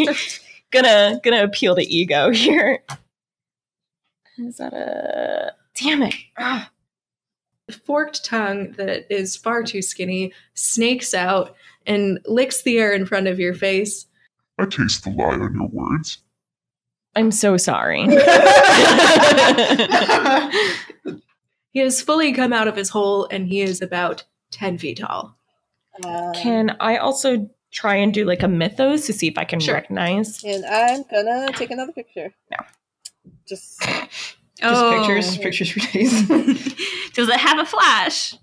[SPEAKER 3] Like, gonna gonna appeal to ego here. Is that a damn it? Ah.
[SPEAKER 5] Forked tongue that is far too skinny snakes out and licks the air in front of your face.
[SPEAKER 7] I taste the lie on your words.
[SPEAKER 3] I'm so sorry.
[SPEAKER 5] He has fully come out of his hole and he is about 10 feet tall.
[SPEAKER 2] Uh,
[SPEAKER 3] Can I also try and do like a mythos to see if I can
[SPEAKER 5] Sure.
[SPEAKER 3] recognize?
[SPEAKER 2] and I'm gonna take another picture.
[SPEAKER 3] No.
[SPEAKER 2] Just
[SPEAKER 6] Just
[SPEAKER 4] oh.
[SPEAKER 6] pictures, pictures for days.
[SPEAKER 4] Does it have a flash?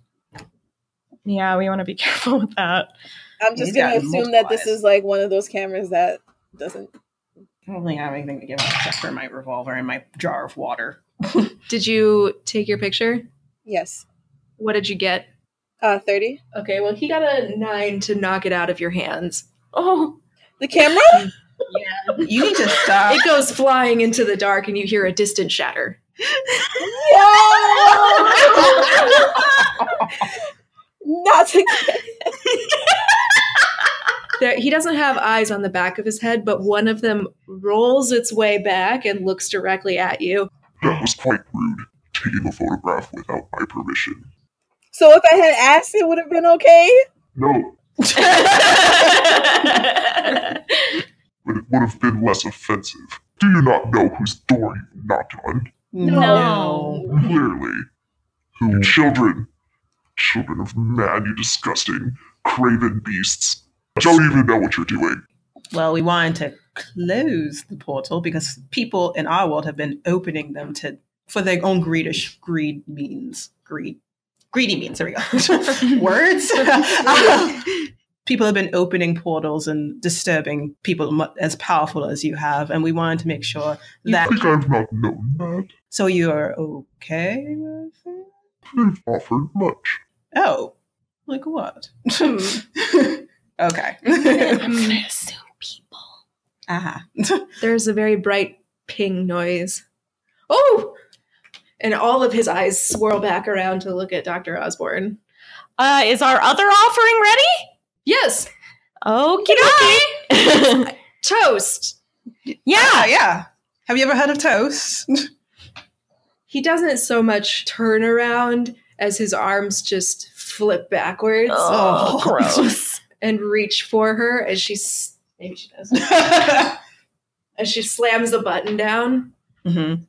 [SPEAKER 3] Yeah, we want to be careful with that.
[SPEAKER 2] I'm just
[SPEAKER 6] You
[SPEAKER 2] gonna
[SPEAKER 6] gotta
[SPEAKER 2] assume that this
[SPEAKER 6] multiply it.
[SPEAKER 2] is like one of those cameras that doesn't.
[SPEAKER 6] I don't think I have anything to give up except for my revolver and my jar of water.
[SPEAKER 5] Did you take your picture?
[SPEAKER 2] Yes.
[SPEAKER 5] What did you get?
[SPEAKER 2] Uh, thirty.
[SPEAKER 5] Okay, well, he got a nine to knock it out of your hands.
[SPEAKER 3] Oh,
[SPEAKER 2] The camera.
[SPEAKER 6] You need to stop.
[SPEAKER 5] It goes flying into the dark and you hear a distant shatter.
[SPEAKER 2] Not again.
[SPEAKER 5] There, he doesn't have eyes on the back of his head, but one of them rolls its way back and looks directly at you.
[SPEAKER 7] That was quite rude, taking a photograph without my permission.
[SPEAKER 2] So if I had asked, it would have been okay.
[SPEAKER 7] No, but it would have been less offensive. Do you not know whose door you knocked on?
[SPEAKER 4] No.
[SPEAKER 7] Clearly. Who? Children. Children of man, you disgusting, craven beasts. Don't even know what you're doing.
[SPEAKER 6] Well, we wanted to close the portal because people in our world have been opening them to for their own greedish greed means greed. Greedy means, there we go. Words. people have been opening portals and disturbing people mu- as powerful as you have. And we wanted to make sure
[SPEAKER 7] You
[SPEAKER 6] that.
[SPEAKER 7] think I've not known that?
[SPEAKER 6] So you're okay with it?
[SPEAKER 7] They've offered much.
[SPEAKER 6] Oh, like what? okay.
[SPEAKER 3] I'm gonna
[SPEAKER 4] Mm,
[SPEAKER 3] assume people.
[SPEAKER 6] ah.
[SPEAKER 5] There's a very bright ping noise. Oh! And all of his eyes swirl back around to look at Dr. Osborne.
[SPEAKER 3] Uh, is our other offering ready?
[SPEAKER 5] Yes!
[SPEAKER 3] Okie dokie.
[SPEAKER 5] Toast!
[SPEAKER 3] yeah.
[SPEAKER 6] Ah, yeah. Have you ever heard of toast?
[SPEAKER 5] He doesn't so much turn around as his arms just flip backwards
[SPEAKER 3] Oh,
[SPEAKER 6] Oh.
[SPEAKER 3] gross.
[SPEAKER 5] and reach for her as she s- maybe she does as she slams the button down
[SPEAKER 6] Mhm.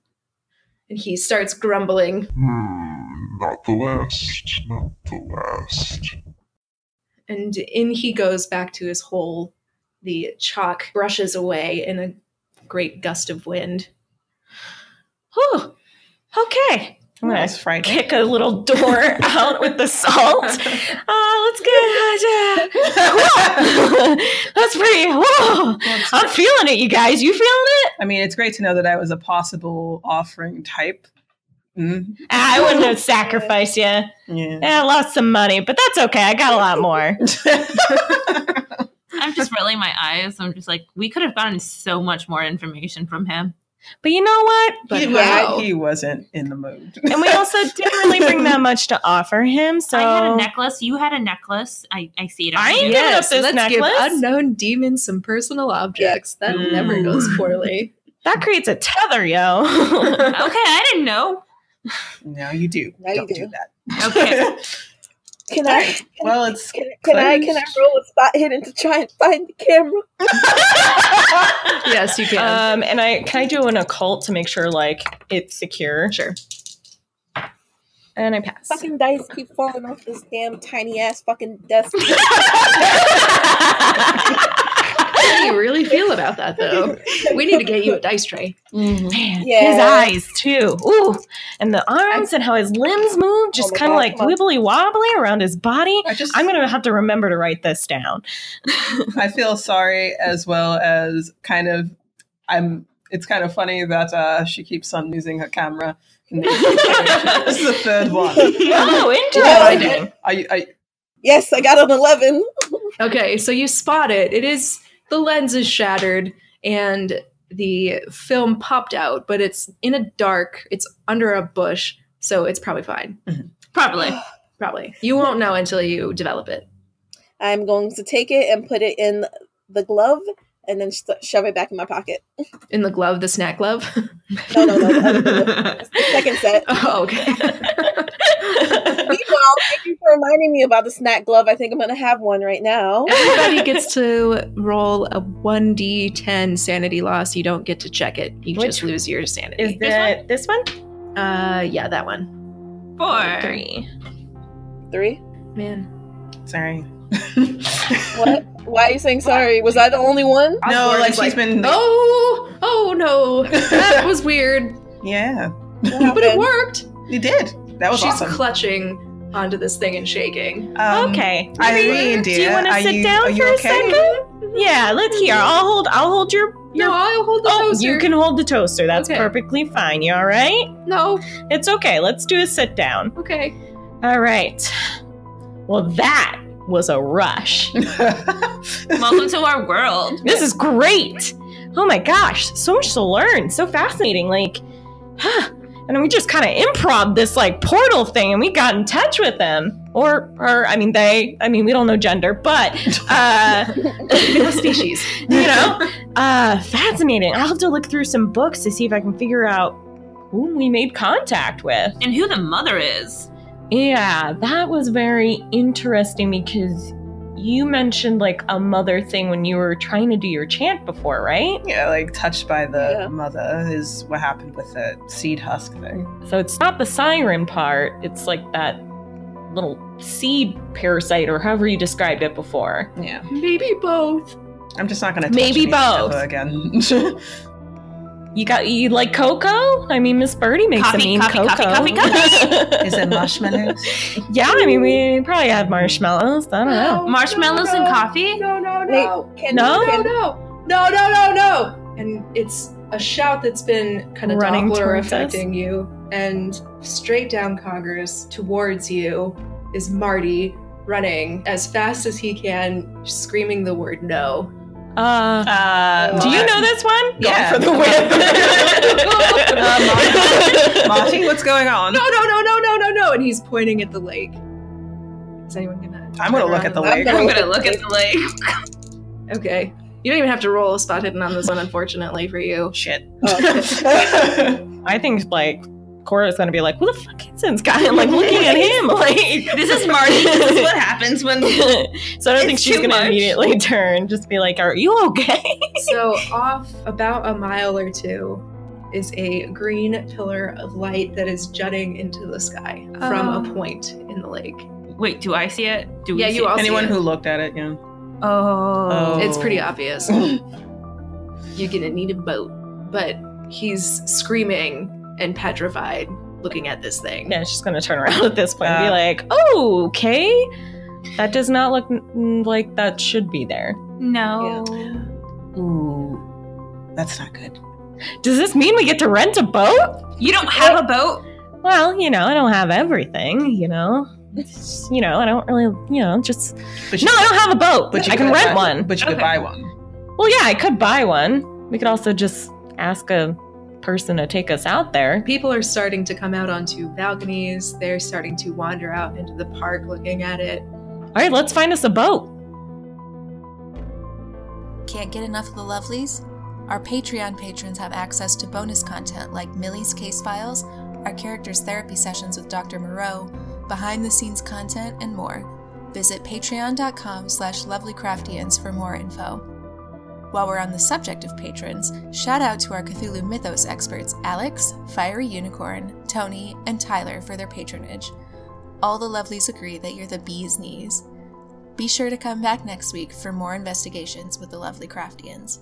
[SPEAKER 5] and he starts grumbling
[SPEAKER 7] Hmm, not the last. Not the last.
[SPEAKER 5] and in he goes back to his hole. The chalk brushes away in a great gust of wind.
[SPEAKER 3] Whew. Okay. I'm gonna
[SPEAKER 6] That's frightening.
[SPEAKER 3] kick a little door out with the salt. Uh, let's get. Whoa. That's pretty. Whoa. I'm feeling it, you guys. You feeling it?
[SPEAKER 6] I mean, it's great to know that I was a possible offering type. Mm,
[SPEAKER 3] I wouldn't have sacrificed you.
[SPEAKER 6] yeah.
[SPEAKER 3] Yeah, I lost some money, but that's okay. I got a lot more.
[SPEAKER 4] I'm just rolling my eyes. I'm just like, we could have gotten so much more information from him.
[SPEAKER 3] But you know what?
[SPEAKER 5] But
[SPEAKER 6] he,
[SPEAKER 5] how?
[SPEAKER 6] was, he wasn't in the mood.
[SPEAKER 3] And we also didn't really bring that much to offer him. So
[SPEAKER 4] I had a necklace. You had a necklace. I, I see it. on
[SPEAKER 3] I
[SPEAKER 4] you.
[SPEAKER 3] ain't giving up this
[SPEAKER 5] let's
[SPEAKER 3] necklace.
[SPEAKER 5] give unknown demons some personal objects. That
[SPEAKER 6] Mm.
[SPEAKER 5] never goes poorly.
[SPEAKER 3] that creates a tether, yo.
[SPEAKER 4] Okay, I didn't know.
[SPEAKER 6] no, you do.
[SPEAKER 2] Now you
[SPEAKER 6] Don't
[SPEAKER 2] do.
[SPEAKER 6] do that.
[SPEAKER 4] Okay.
[SPEAKER 2] Can I?
[SPEAKER 6] well, it's
[SPEAKER 2] Can, can I? Can I roll a spot hidden to try and find the camera?
[SPEAKER 5] yes, you can.
[SPEAKER 3] Um, and I can I do an occult to make sure like it's secure.
[SPEAKER 5] sure.
[SPEAKER 3] And I pass.
[SPEAKER 2] Fucking dice keep falling off this damn tiny ass fucking desk.
[SPEAKER 5] How do you really feel about that, though? We need to get you a dice tray.
[SPEAKER 3] Man, his
[SPEAKER 2] Yeah.
[SPEAKER 3] eyes too. Ooh, and the arms and how his limbs move, just
[SPEAKER 2] my
[SPEAKER 3] kind of
[SPEAKER 2] God,
[SPEAKER 3] like
[SPEAKER 2] come on.
[SPEAKER 3] wibbly wobbly around his body.
[SPEAKER 6] I just
[SPEAKER 3] I'm gonna have to remember to write this down.
[SPEAKER 6] I feel sorry as well as kind of I'm it's kind of funny that uh, she keeps on losing her camera. in these situations. this is the third one. Um,
[SPEAKER 3] Oh,
[SPEAKER 2] I
[SPEAKER 3] interesting.
[SPEAKER 2] did.
[SPEAKER 6] Are you, are you-
[SPEAKER 2] Yes, I got an eleven.
[SPEAKER 5] Okay, so you spot it. It is the lens is shattered and the film popped out, but it's in a dark. It's under a bush, so it's probably fine.
[SPEAKER 4] Probably.
[SPEAKER 5] Probably. You won't know until you develop it.
[SPEAKER 2] I'm going to take it and put it in the glove and then st- shove it back in my pocket.
[SPEAKER 5] In the glove, the snack glove.
[SPEAKER 2] No, no, no. the other glove. The second set.
[SPEAKER 5] oh, okay.
[SPEAKER 2] Meanwhile, thank you for reminding me about the snack glove. I think I'm going to have one right now.
[SPEAKER 5] Everybody gets to roll a 1d10 sanity loss. You don't get to check it. You
[SPEAKER 3] Which
[SPEAKER 5] just lose your sanity.
[SPEAKER 3] Is that this one?
[SPEAKER 5] uh yeah, that one.
[SPEAKER 4] Four.
[SPEAKER 3] Three.
[SPEAKER 2] Three.
[SPEAKER 5] Man,
[SPEAKER 6] Sorry.
[SPEAKER 2] What? Why are you saying sorry? Was I the only one?
[SPEAKER 6] No,
[SPEAKER 5] Osborne
[SPEAKER 6] like
[SPEAKER 5] is
[SPEAKER 6] she's been.
[SPEAKER 5] Oh, oh no, that was weird,
[SPEAKER 6] Yeah,
[SPEAKER 5] but it worked.
[SPEAKER 6] you did. That was
[SPEAKER 5] She's
[SPEAKER 6] awesome.
[SPEAKER 5] clutching onto this thing and shaking.
[SPEAKER 6] Um,
[SPEAKER 3] okay.
[SPEAKER 6] Irene,
[SPEAKER 3] do you
[SPEAKER 6] dear,
[SPEAKER 3] want to
[SPEAKER 6] are
[SPEAKER 3] sit
[SPEAKER 6] you-
[SPEAKER 3] down
[SPEAKER 6] are you
[SPEAKER 3] for
[SPEAKER 6] okay?
[SPEAKER 3] a second? Yeah, let's hear. I'll hold. I'll hold your. your
[SPEAKER 5] No, I'll hold the
[SPEAKER 3] oh,
[SPEAKER 5] toaster.
[SPEAKER 3] you can hold the toaster. That's
[SPEAKER 5] Okay.
[SPEAKER 3] perfectly fine. You all right?
[SPEAKER 5] No,
[SPEAKER 3] It's okay. Let's do a sit down.
[SPEAKER 5] okay.
[SPEAKER 3] All right. Well, that was a rush.
[SPEAKER 4] Welcome to our world.
[SPEAKER 3] This is great. Oh my gosh, so much to learn. So fascinating. Like, huh. and we just kind of improv this like portal thing, and we got in touch with them. Or, or I mean, they. I mean, we don't know gender, but uh,
[SPEAKER 5] Species.
[SPEAKER 3] you know, uh, fascinating. I'll have to look through some books to see if I can figure out whom we made contact with.
[SPEAKER 4] And who the mother is.
[SPEAKER 3] Yeah, that was very interesting because you mentioned like a mother thing when you were trying to do your chant before, right?
[SPEAKER 6] yeah, like touched by the
[SPEAKER 2] Yeah.
[SPEAKER 6] mother is what happened with the seed husk thing.
[SPEAKER 3] So it's not the siren part, it's like that little seed parasite or however you described it before.
[SPEAKER 6] Yeah,
[SPEAKER 5] Maybe both.
[SPEAKER 6] I'm just not gonna touch
[SPEAKER 3] Maybe
[SPEAKER 6] any
[SPEAKER 3] both.
[SPEAKER 6] ever again.
[SPEAKER 3] You got you like cocoa? I mean Miss Birdie makes
[SPEAKER 4] Coffee,
[SPEAKER 3] a mean
[SPEAKER 4] coffee,
[SPEAKER 3] cocoa.
[SPEAKER 4] coffee, coffee, coffee.
[SPEAKER 6] is it marshmallows?
[SPEAKER 3] yeah, I mean we probably had marshmallows. I don't know.
[SPEAKER 4] Marshmallows and coffee?
[SPEAKER 5] No, no,
[SPEAKER 2] Wait,
[SPEAKER 5] no.
[SPEAKER 2] Can,
[SPEAKER 3] No?
[SPEAKER 5] No,
[SPEAKER 2] Can,
[SPEAKER 5] no, no, no, no, no! And it's a shout that's been kind of
[SPEAKER 3] Running
[SPEAKER 5] Doppler
[SPEAKER 3] towards us?
[SPEAKER 5] affecting you, and straight down Congress towards you is Marty running as fast as he can, screaming the word "no."
[SPEAKER 3] Uh
[SPEAKER 6] Uh,
[SPEAKER 3] do you know this one?
[SPEAKER 6] Yeah.
[SPEAKER 3] Going for the whip.
[SPEAKER 6] Uh, Marty, what's going on?
[SPEAKER 5] No, no, no, no, no, no, no! And he's pointing at the lake. Is anyone gonna?
[SPEAKER 6] I'm gonna look at the
[SPEAKER 2] I'm
[SPEAKER 6] lake.
[SPEAKER 2] not-
[SPEAKER 4] I'm gonna look at the lake.
[SPEAKER 5] Okay, you don't even have to roll a spot hidden on this one, unfortunately for you.
[SPEAKER 6] Shit.
[SPEAKER 2] Oh.
[SPEAKER 3] I think like Cora's gonna be like, "Who the fuck is this guy?" I'm like looking at him, like
[SPEAKER 4] This is Marty. This is what happens when
[SPEAKER 3] so I don't think
[SPEAKER 4] It's
[SPEAKER 3] she's
[SPEAKER 4] too
[SPEAKER 3] gonna
[SPEAKER 4] much.
[SPEAKER 3] immediately turn, just be like, "Are you okay?"
[SPEAKER 5] so off about a mile or two is a green pillar of light that is jutting into the sky from
[SPEAKER 4] Oh.
[SPEAKER 5] a point in the lake.
[SPEAKER 4] Wait, do I see it? Do we
[SPEAKER 5] Yeah,
[SPEAKER 4] see
[SPEAKER 5] you
[SPEAKER 4] it?
[SPEAKER 5] all
[SPEAKER 6] Anyone
[SPEAKER 5] see it.
[SPEAKER 6] who looked at it, yeah.
[SPEAKER 4] Oh.
[SPEAKER 6] Oh.
[SPEAKER 5] It's pretty obvious. You're gonna need a boat. But he's screaming and petrified looking at this thing.
[SPEAKER 3] yeah, she's gonna turn around at this point and be
[SPEAKER 6] Uh.
[SPEAKER 3] like, "Oh, okay." That does not look n- like that should be there.
[SPEAKER 4] No.
[SPEAKER 6] Ooh, that's not good.
[SPEAKER 3] Does this mean we get to rent a boat?
[SPEAKER 4] You don't have a boat?
[SPEAKER 3] Well, you know, I don't have everything. You know, It's- you know, I don't really, you know, just
[SPEAKER 6] But
[SPEAKER 3] no, I don't have a boat.
[SPEAKER 6] but you
[SPEAKER 3] I can
[SPEAKER 6] could
[SPEAKER 3] rent
[SPEAKER 6] buy-
[SPEAKER 3] one.
[SPEAKER 6] But you could
[SPEAKER 4] Okay.
[SPEAKER 6] buy one.
[SPEAKER 3] Well, yeah, I could buy one. We could also just ask a person to take us out there.
[SPEAKER 5] People are starting to come out onto balconies. They're starting to wander out into the park looking at it.
[SPEAKER 3] All right, let's find us a boat.
[SPEAKER 1] Can't get enough of the lovelies? Our Patreon patrons have access to bonus content like Millie's case files, our characters' therapy sessions with Dr. Moreau, behind-the-scenes content, and more. Visit patreon.com slash lovelycraftians for more info. While we're on the subject of patrons, shout out to our Cthulhu Mythos experts Alex, Fiery Unicorn, Tony, and Tyler for their patronage. All the lovelies agree that you're the bee's knees. Be sure to come back next week for more investigations with the lovely Craftians.